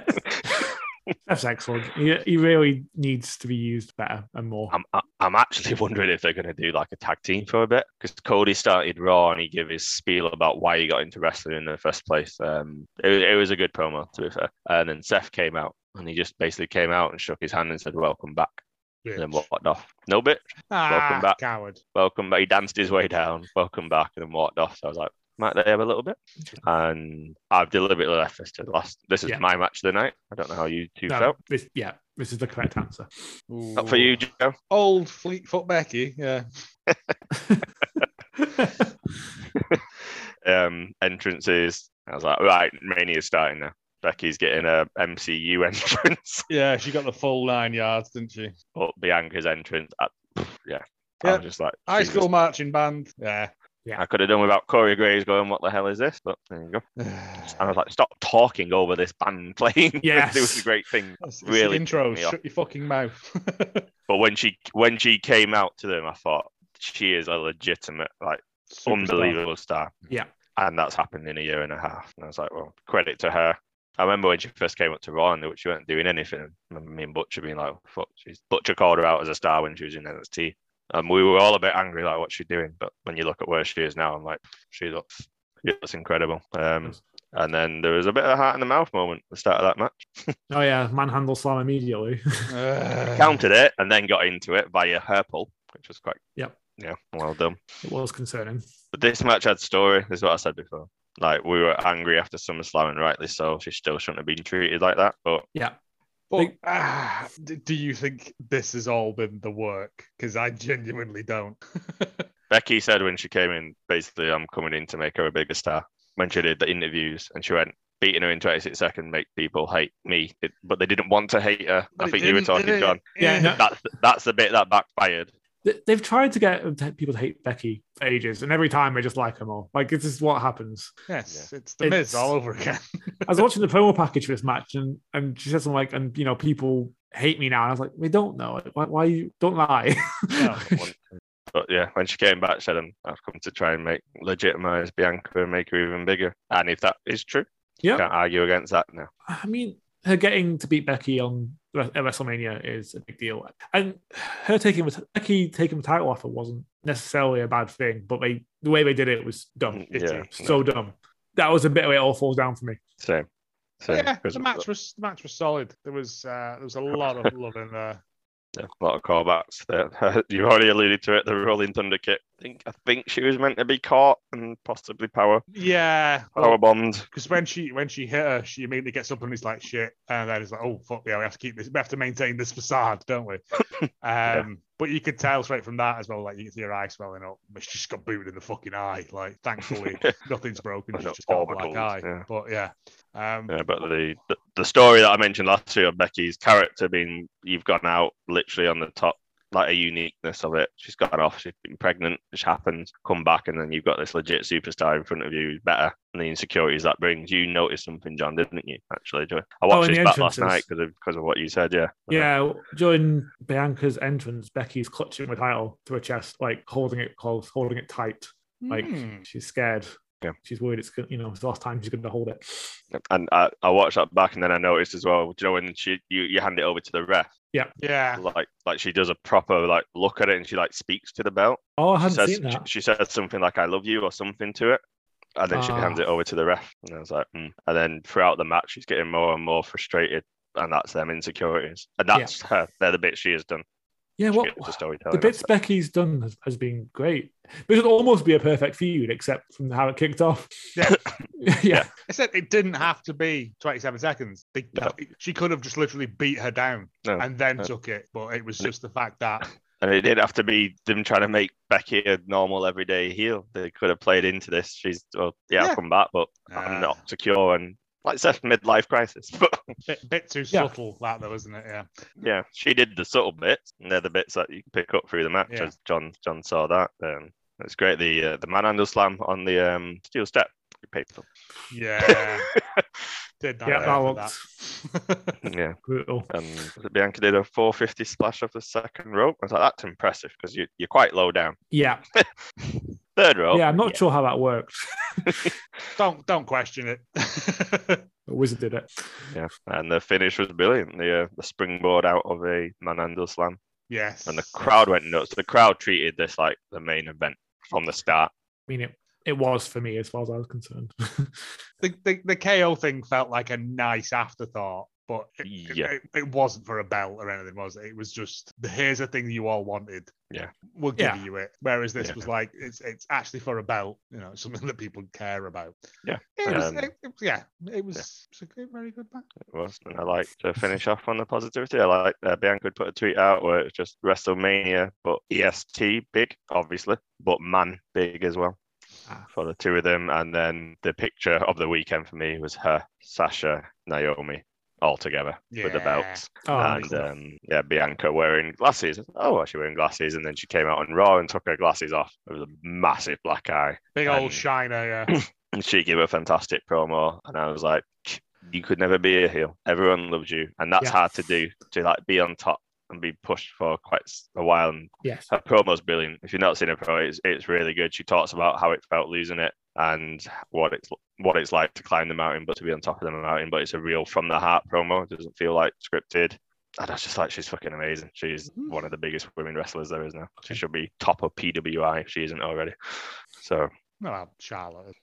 S3: That's excellent. He, he really needs to be used better and more.
S1: I'm I- I'm actually [LAUGHS] wondering if they're going to do like a tag team for a bit because Cody started Raw and he gave his spiel about why he got into wrestling in the first place. Um, it, it was a good promo to be fair. And then Seth came out and he just basically came out and shook his hand and said, "Welcome back," and then
S2: Bitch.
S1: walked off. No bitch,
S2: Ah,
S1: back.
S2: Coward.
S1: welcome back. He danced his way down, welcome back, and then walked off. So I was like, might they have a little bit? And I've deliberately left this to the last. This is
S3: Yeah.
S1: my match of the night. I don't know how you two
S3: No,
S1: felt.
S3: this, yeah, this is the correct answer. [LAUGHS]
S1: Not for
S2: Ooh.
S1: you, Joe.
S2: Old Fleetfoot Becky. Yeah.
S1: um, entrances. I was like, right, Mania's starting now. Becky's getting a MCU [LAUGHS] entrance.
S2: Yeah, she got the full nine yards, didn't she?
S1: but Bianca's entrance, I, yeah. I
S2: Yeah.
S1: was just like,
S2: High
S1: Jesus.
S2: school marching band. Yeah. [SIGHS]
S1: I could have done without Corey Graves going, what the hell is this? But there you go. And I was like, stop talking over this band [LAUGHS] playing.
S3: Yes.
S1: it was a great thing.
S2: That's- that's the
S1: really
S2: intro.
S1: pissed me off.
S2: Shut your fucking mouth. [LAUGHS]
S1: But when she when she came out to them, I thought she is a legitimate, like
S2: Superstar.
S1: unbelievable star.
S3: Yeah.
S1: And that's happened in a year and a half. And I was like, well, credit to her. I remember when she first came up to Raw and she weren't doing anything. I remember me and Butcher being like, fuck, she's Butcher called her out as a star when she was in NXT. And we were all a bit angry, like, what's she doing? But when you look at where she is now, I'm like, she looks she looks incredible. Um, And then there was a bit of a heart in the mouth moment at the start of that match.
S3: Oh yeah, manhandle slam immediately. [LAUGHS]
S1: [SIGHS] Counted it and then got into it via her pull, which was quite.
S3: Yep.
S1: Yeah, well done.
S3: it was concerning.
S1: But this match had story. This is what I said before. Like we were angry after SummerSlam, and rightly so. She still shouldn't have been treated like that. But
S2: But,
S3: Like-
S2: ah, d- do you think this has all been the work? Because I genuinely don't.
S1: Becky said when she came in, basically, I'm coming in to make her a bigger star. When she did the interviews, and she went beating her in 26 seconds, make people hate me, It- but they didn't want to hate her. I think you were talking, John. [LAUGHS]
S3: Yeah, no.
S1: That's that's the bit that backfired.
S3: They- They've tried to get people to hate Becky for ages, and every time they just like her more. Like this is what happens.
S2: Yes, it's the
S3: It's-
S2: Miz all over again.
S3: I was
S1: [LAUGHS]
S3: watching the promo package for this match, and and she said something like, "And you know, people hate me now." And I was like, "We don't know. Why? why you don't lie?" [LAUGHS]
S2: No.
S1: [LAUGHS] But yeah, when she came back, she said, "I'm- I've come to try and make legitimize Bianca and make her even bigger. And if that is true,
S3: yeah.
S1: can't argue against that now.
S3: I mean, her getting to beat Becky on at WrestleMania is a big deal, and her taking the- Becky taking the title off her wasn't necessarily a bad thing, but they the way they did it was dumb,
S1: Mm-hmm. Yeah,
S3: so dumb. That was a bit where it all falls down for me.
S1: same. same.
S2: [LAUGHS] yeah,
S1: 'Cause
S2: the match was the match was solid. There was uh, there was a lot
S1: [LAUGHS]
S2: of love in there.
S1: Yeah, a lot of callbacks. There. [LAUGHS] You already alluded to it. The Rolling Thunder kick. I think I think she was meant to be caught and possibly power
S2: Yeah,
S1: power bombed.
S2: because when she when she hit her, she immediately gets up and it's like shit, and then it's like, oh fuck yeah, we have to keep this, we have to maintain this facade,
S1: [LAUGHS]
S2: don't we? um, But you could tell straight from that as well, like you can see her eye swelling up. But she just got booted in the fucking eye. Like
S1: [LAUGHS]
S2: thankfully, nothing's broken.
S1: I
S2: She's
S1: know,
S2: just got a
S1: orbitals,
S2: black eye.
S1: yeah.
S2: But yeah, um,
S1: Yeah, but the, the the story that I mentioned last year of Becky's character being you've gone out literally on the top, like a uniqueness of it. She's gone off. She's been pregnant. Which happens. Come back, and then you've got this legit superstar in front of you who's better. And the insecurities that brings. You noticed something, John, didn't you? Actually, Joey? I
S3: and
S1: watched
S3: the
S1: this back last
S3: entrances.
S1: night because of because of what you said. Yeah.
S3: Yeah, during Bianca's entrance, Becky's clutching the title to her chest, like holding it close, holding it tight, like
S2: hmm.
S3: she's scared.
S1: Yeah.
S3: She's worried it's gonna- you know it's the last time she's going to hold it.
S1: And I, I watched that back, and then I noticed as well. Do you know when she you, you hand it over to the ref,
S2: yeah.
S1: like like she does a proper like look at it, and she like speaks to the belt.
S3: Oh, I
S1: She
S3: hadn't
S1: says
S3: seen that.
S1: she, she says something like "I love you" or something to it, and then she
S3: Ah.
S1: hands it over to the ref. And I was like, mm. and then throughout the match, she's getting more and more frustrated, and that's them insecurities, and
S3: Yeah.
S1: that's her. They're the bits she has done.
S3: yeah,
S1: She
S3: what?
S1: gets the storytelling.
S3: the bits
S1: aspect.
S3: Becky's done has, has been great. This would almost be a perfect feud, except from how it kicked off.
S2: Yeah.
S3: [LAUGHS] yeah.
S2: I said it didn't have to be 27 seconds. They,
S1: No.
S2: She could have just literally beat her down
S1: No.
S2: and then
S1: No.
S2: took it, but it was just the fact that
S1: And it did have to be them trying to make Becky a normal everyday heel. They could have played into this. She's, well, yeah,
S2: Yeah.
S1: I'll come back, but [LAUGHS] I'm
S2: Ah.
S1: not secure. And like I said, [LAUGHS] midlife crisis. But
S2: bit, bit too
S3: Yeah.
S2: subtle, that though, isn't it? Yeah.
S1: yeah, she did the subtle bits, and they're the bits that you can pick up through the match.
S2: Yeah.
S1: As John John saw that. Um, it's great. The uh, the manhandle slam on the um, steel step. [LAUGHS] Painful.
S3: [LAUGHS]
S2: Yeah. Did not
S3: Yeah,
S2: care
S3: that
S2: for that. [LAUGHS]
S1: Yeah,
S3: brutal.
S1: and was it Bianca did a 450 splash off the second rope. I was like, that's impressive because you, you're quite low down.
S3: Yeah,
S1: Third
S2: Oh,
S1: rope.
S3: yeah. I'm not sure how that worked.
S2: don't don't question it. [LAUGHS]
S3: The wizard did it.
S1: Yeah, and the finish was brilliant. The uh, the springboard out of a manhandle slam,
S2: yes.
S1: and the crowd went nuts. The crowd treated this like the main event from the start.
S3: I mean, it it was for me as far as I was concerned. [LAUGHS]
S2: The, the, the KO thing felt like a nice afterthought, but it, it-
S1: Yeah.
S2: it, it wasn't for a belt or anything, was it? It was just here's a thing you all wanted.
S1: Yeah.
S2: We'll give
S3: Yeah.
S2: you it. Whereas this
S1: Yeah.
S2: was like it's it's actually for a belt, you know, something [LAUGHS] that people care about.
S1: Yeah.
S2: It was,
S1: Um,
S2: it, it- yeah, it was, it's a good, very good match.
S1: It was, and I like to finish off on the positivity. I like uh, Bianca would put a tweet out where it's just WrestleMania, but EST big, obviously, but man big as well
S3: Ah.
S1: for the two of them. And then the picture of the weekend for me was her, Sasha, Naomi, all together with the
S2: Yeah.
S1: belts.
S3: Oh,
S1: and um, yeah, Bianca wearing glasses. Oh, well, she wearing glasses, and then she came out on Raw and took her glasses off. It was a massive black eye,
S2: Big old
S1: and-
S2: shiner.
S1: [COUGHS]
S2: Yeah.
S1: and she gave a fantastic promo. And I was like, "You could never be a heel. Everyone loves you, and that's
S3: Yeah.
S1: hard to do to like be on top and be pushed for quite s- a while." And
S3: yes.
S1: her promo's brilliant. If you've not seen her pro, it's it's really good. She talks about how it felt losing it and what it's what it's like to climb the mountain, but to be on top of the mountain. But it's a real from the heart promo. It doesn't feel like scripted. And I was just like, she's fucking amazing. She's
S2: Mhm.
S1: one of the biggest women wrestlers there is now. She should be top of PWI if she isn't already. So
S2: well, Charlotte.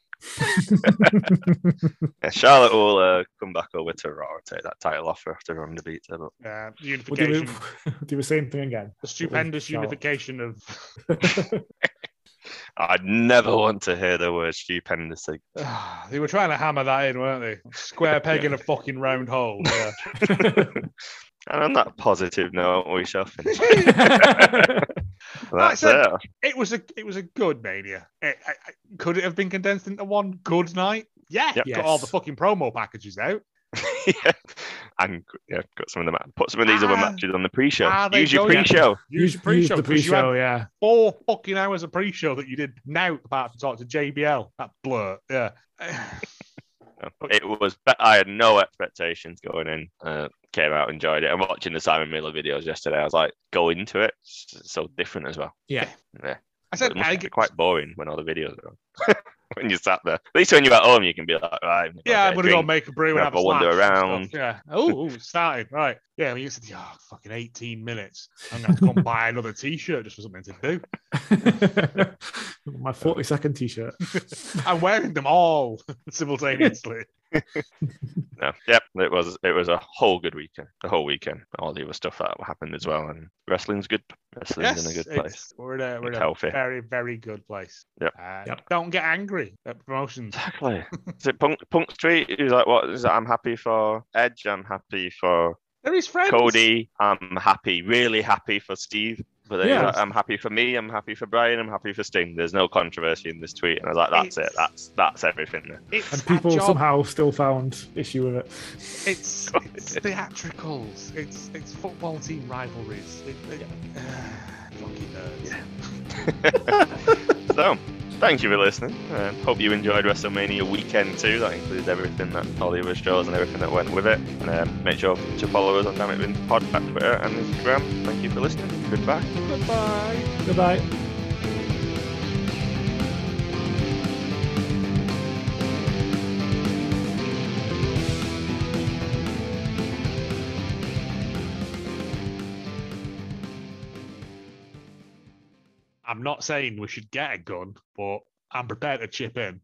S1: Yeah, Charlotte will uh, come back over to Raw and take that title off her after Ronda beats her. But
S2: Yeah,
S3: [LAUGHS] we'll do,
S2: unification,
S3: the- [LAUGHS] do the same thing again.
S2: the stupendous
S3: Charlotte.
S2: unification of.
S1: I'd never want to hear the word stupendous
S2: [LAUGHS]
S1: again.
S2: [SIGHS] they were trying to hammer that in, weren't they? Square peg in a fucking round hole. [LAUGHS] Yeah.
S1: [LAUGHS] and on that positive note, we shall finish.
S2: [LAUGHS] That's
S1: That's
S2: it.
S1: it.
S2: it was a it was a good mania. It, I, I, could it have been condensed into one good night? Yeah,
S1: Yep.
S2: got all the
S3: Yes.
S2: fucking promo packages out.
S1: [LAUGHS] yeah. And yeah, got some of the ma- put some of these other
S2: Ah.
S1: matches on the pre-show.
S2: Ah, they
S1: Use your
S2: don't-
S1: pre-show.
S2: [LAUGHS] Use, the pre-show
S3: the
S2: because you
S3: pre-show,
S2: had
S3: yeah. [LAUGHS]
S2: four fucking hours of pre-show that you did now apart from talk to JBL. That blur, yeah. [SIGHS]
S1: It was. But I had no expectations going in. Uh, came out, enjoyed it. And watching the Simon Miller videos yesterday, I was like, go into it. It's so different as well.
S3: Yeah.
S1: Yeah.
S2: I said,
S1: It
S2: I
S1: must be
S2: get-
S1: quite boring when all the videos are on. [LAUGHS] when you sat there, at least when you're at home, you can be like, right,
S2: yeah, I'm gonna
S1: go
S2: go make a brew and
S1: grab a
S2: have a
S1: wander
S2: slash and
S1: around.
S2: stuff, Yeah.
S1: [LAUGHS]
S2: Oh, started right. Yeah, well, you said, oh, fucking 18 minutes. I'm gonna have to go and buy another T-shirt just for something to do.
S3: My 40 second
S2: [LAUGHS]
S3: t shirt.
S2: I'm wearing them all [LAUGHS]
S1: [LAUGHS]
S2: simultaneously.
S1: No, yep, it was it was a whole good weekend, the whole weekend, all the other stuff that happened as well, and wrestling's good. Wrestling's in a good place.
S2: it's- We're in a, we're in
S1: It's
S2: a
S1: healthy.
S2: very, very good place.
S1: Yep.
S2: Uh,
S3: Yep.
S2: Don't get angry at promotions. [LAUGHS]
S1: Exactly. is it Punk Punk Street? Who's like, what is it? I'm happy for Edge. I'm happy for
S2: There is friends.
S1: Cody. I'm happy, really happy for Steve. But then he's
S3: Yeah.
S1: like, I'm happy for me. I'm happy for Brian. I'm happy for Sting. There's no controversy in this tweet, and I was like, that's it.
S2: It's-
S1: That's that's everything. There.
S2: It's
S3: And
S2: a
S3: people
S2: job.
S3: somehow still found issue with it.
S2: It's, it's
S1: [LAUGHS]
S2: theatricals. It's it's football team rivalries. It, it, [SIGHS] fucking nerds.
S1: So, thank you for listening. Uh, hope you enjoyed WrestleMania weekend too. That includes everything that all the other shows and everything that went with it. And um, make sure to follow us on Damn It Vince Pod at Twitter and Instagram. Thank you for listening. Goodbye.
S2: Goodbye.
S3: Goodbye.
S2: I'm not saying we should get a gun, but I'm prepared to chip in.